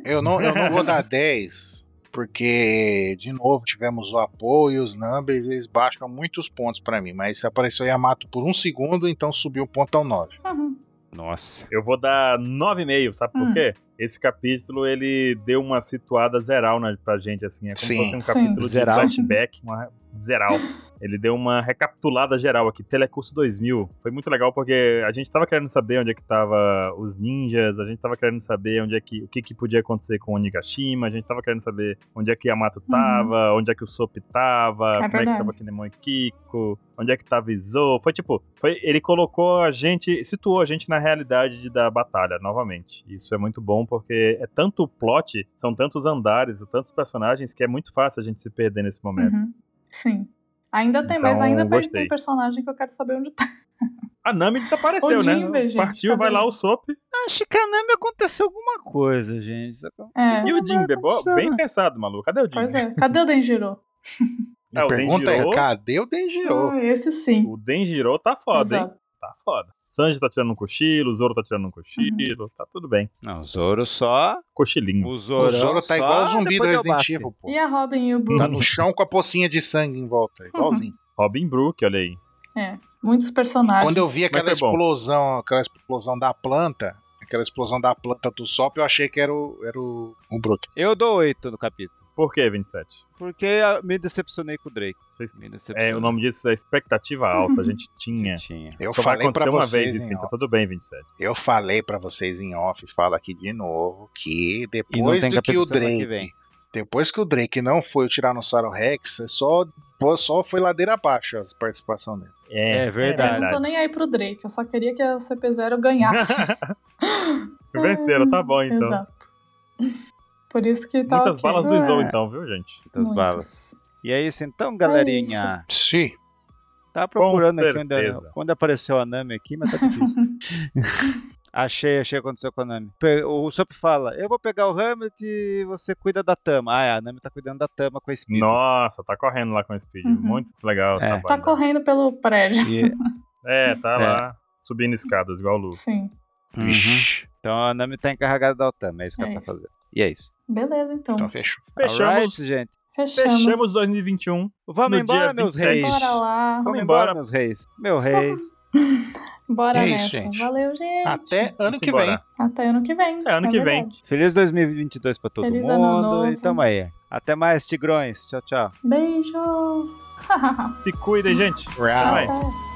eu, não, eu não vou dar 10, porque, de novo, tivemos o apoio, os numbers, eles baixam muitos pontos pra mim. Mas apareceu Yamato por um segundo, então subiu o ponto ao 9.
Uhum.
Nossa.
Eu vou dar 9,5, sabe por
Hum.
quê? Esse capítulo ele deu uma situada zeral na, pra gente, assim. É como
Sim.
se fosse um
Sim.
capítulo
Zeral.
de flashback, uma zeral. Ele deu uma recapitulada geral aqui, Telecurso 2000. Foi muito legal porque a gente tava querendo saber onde é que tava os ninjas, a gente tava querendo saber onde é que o que, que podia acontecer com o Onigashima, a gente tava querendo saber onde é que Yamato tava, onde é que o Sop tava, como é que
verdade.
tava Kinemon e Kiko, onde é que tava Izou. Foi tipo, foi, ele colocou a gente, situou a gente na realidade de- da batalha novamente. Isso é muito bom porque é tanto plot, são tantos andares, são tantos personagens que é muito fácil a gente se perder nesse momento.
Uhum. Sim. Ainda tem, mas
Então,
ainda tem-
gostei.
tem personagem que eu quero saber onde tá.
A Nami desapareceu,
O
né?
Jinbe, gente, tá
Partiu,
cadê
vai lá
ele?
o Sop.
Acho que a Nami aconteceu alguma coisa, gente. Só que eu
É,
E o
Não
Jinbe,
vai
bo-
acontecer,
bem
né?
pensado, maluco. Cadê o
pois
Jinbe?
é. Cadê o Denjiro?
É,
A
o Hum.
pergunta é:
Denjiro.
cadê o Denjiro?
Ah, esse sim.
O Denjiro tá foda, hein?
Exato.
Tá foda. Sanji tá tirando um cochilo, o Zoro tá tirando um
Uhum.
cochilo, tá tudo bem.
Não, o Zoro só.
Cochilinho.
O
O
Zoro,
Zoro tá
só,
igual o zumbi do
depois deu
Resident
bafo.
Evil, pô.
E a Robin e o Bruno?
Tá no chão com a pocinha de sangue em volta, igualzinho.
Robin Brook, olha aí.
Muitos personagens.
Quando eu vi aquela
foi bom.
explosão, aquela explosão da planta, aquela aquela explosão da planta do Sop, eu achei que era o, era o, o Brook.
Eu dou 8 no capítulo.
Por que 27?
Porque eu me decepcionei com o Drake.
Vocês-
Me decepcionei.
É, o nome disso é expectativa alta, a gente
é
tinha.
Tinha.
Eu
Só Então vai
falei
acontecer
pra
uma
vocês
vez isso,
em
Vini, tá tudo bem, 27.
Eu falei pra vocês em off, falo aqui de novo, que
E não
depois
tem
do que o
capítulo semana
Drake.
que vem.
Depois que o Drake não foi o Tiranossauro Rex, é só foi, só foi ladeira abaixo as participação dele.
É verdade.
Eu não tô nem aí pro Drake, eu só queria que a CP0 ganhasse.
Venceram, tá bom então.
Exato. Por isso que tá
Muitas
ok.
balas do
É.
Zou então, viu, gente?
Das
Muitas.
balas. E é isso então, galerinha.
Sim.
Tava procurando
Com
aqui onde,
certeza.
quando apareceu a Nami aqui, mas tá difícil. achei, achei o que aconteceu com a Nami. Pe- O Sop fala: Eu vou pegar o Hamlet e você cuida da Tama. Ah, é, a Nami tá cuidando da Tama com a Speed.
Nossa, tá correndo lá com o Speed.
Uhum.
Muito legal o
É.
trabalho.
Tá
dela.
correndo pelo prédio,
E-
É, tá
É.
lá. Subindo escadas, igual o Lu.
sim.
Uhum. Então a Nami tá encarregada da Tama, é isso que
É
ela tá
isso.
fazendo. E é isso.
Beleza, então.
Então fechou.
Fechamos,
Alright, gente.
Fechamos.
fechamos 2021.
Vamos
No
embora,
dia
meus
27.
reis.
Bora lá.
Vamos
Vamos
embora,
embora.
meus reis. Meu reis.
Bora
É
nessa.
isso, gente.
Valeu, gente.
Até ano
Vamos
que
embora.
vem.
Até ano que vem.
É, ano que vem.
verdade.
Feliz 2022 pra todo
Feliz ano
mundo. E
novo.
tamo aí. Até mais, tigrões. Tchau, tchau.
Beijos.
Se cuidem, gente.
Round.
Vai.
Até.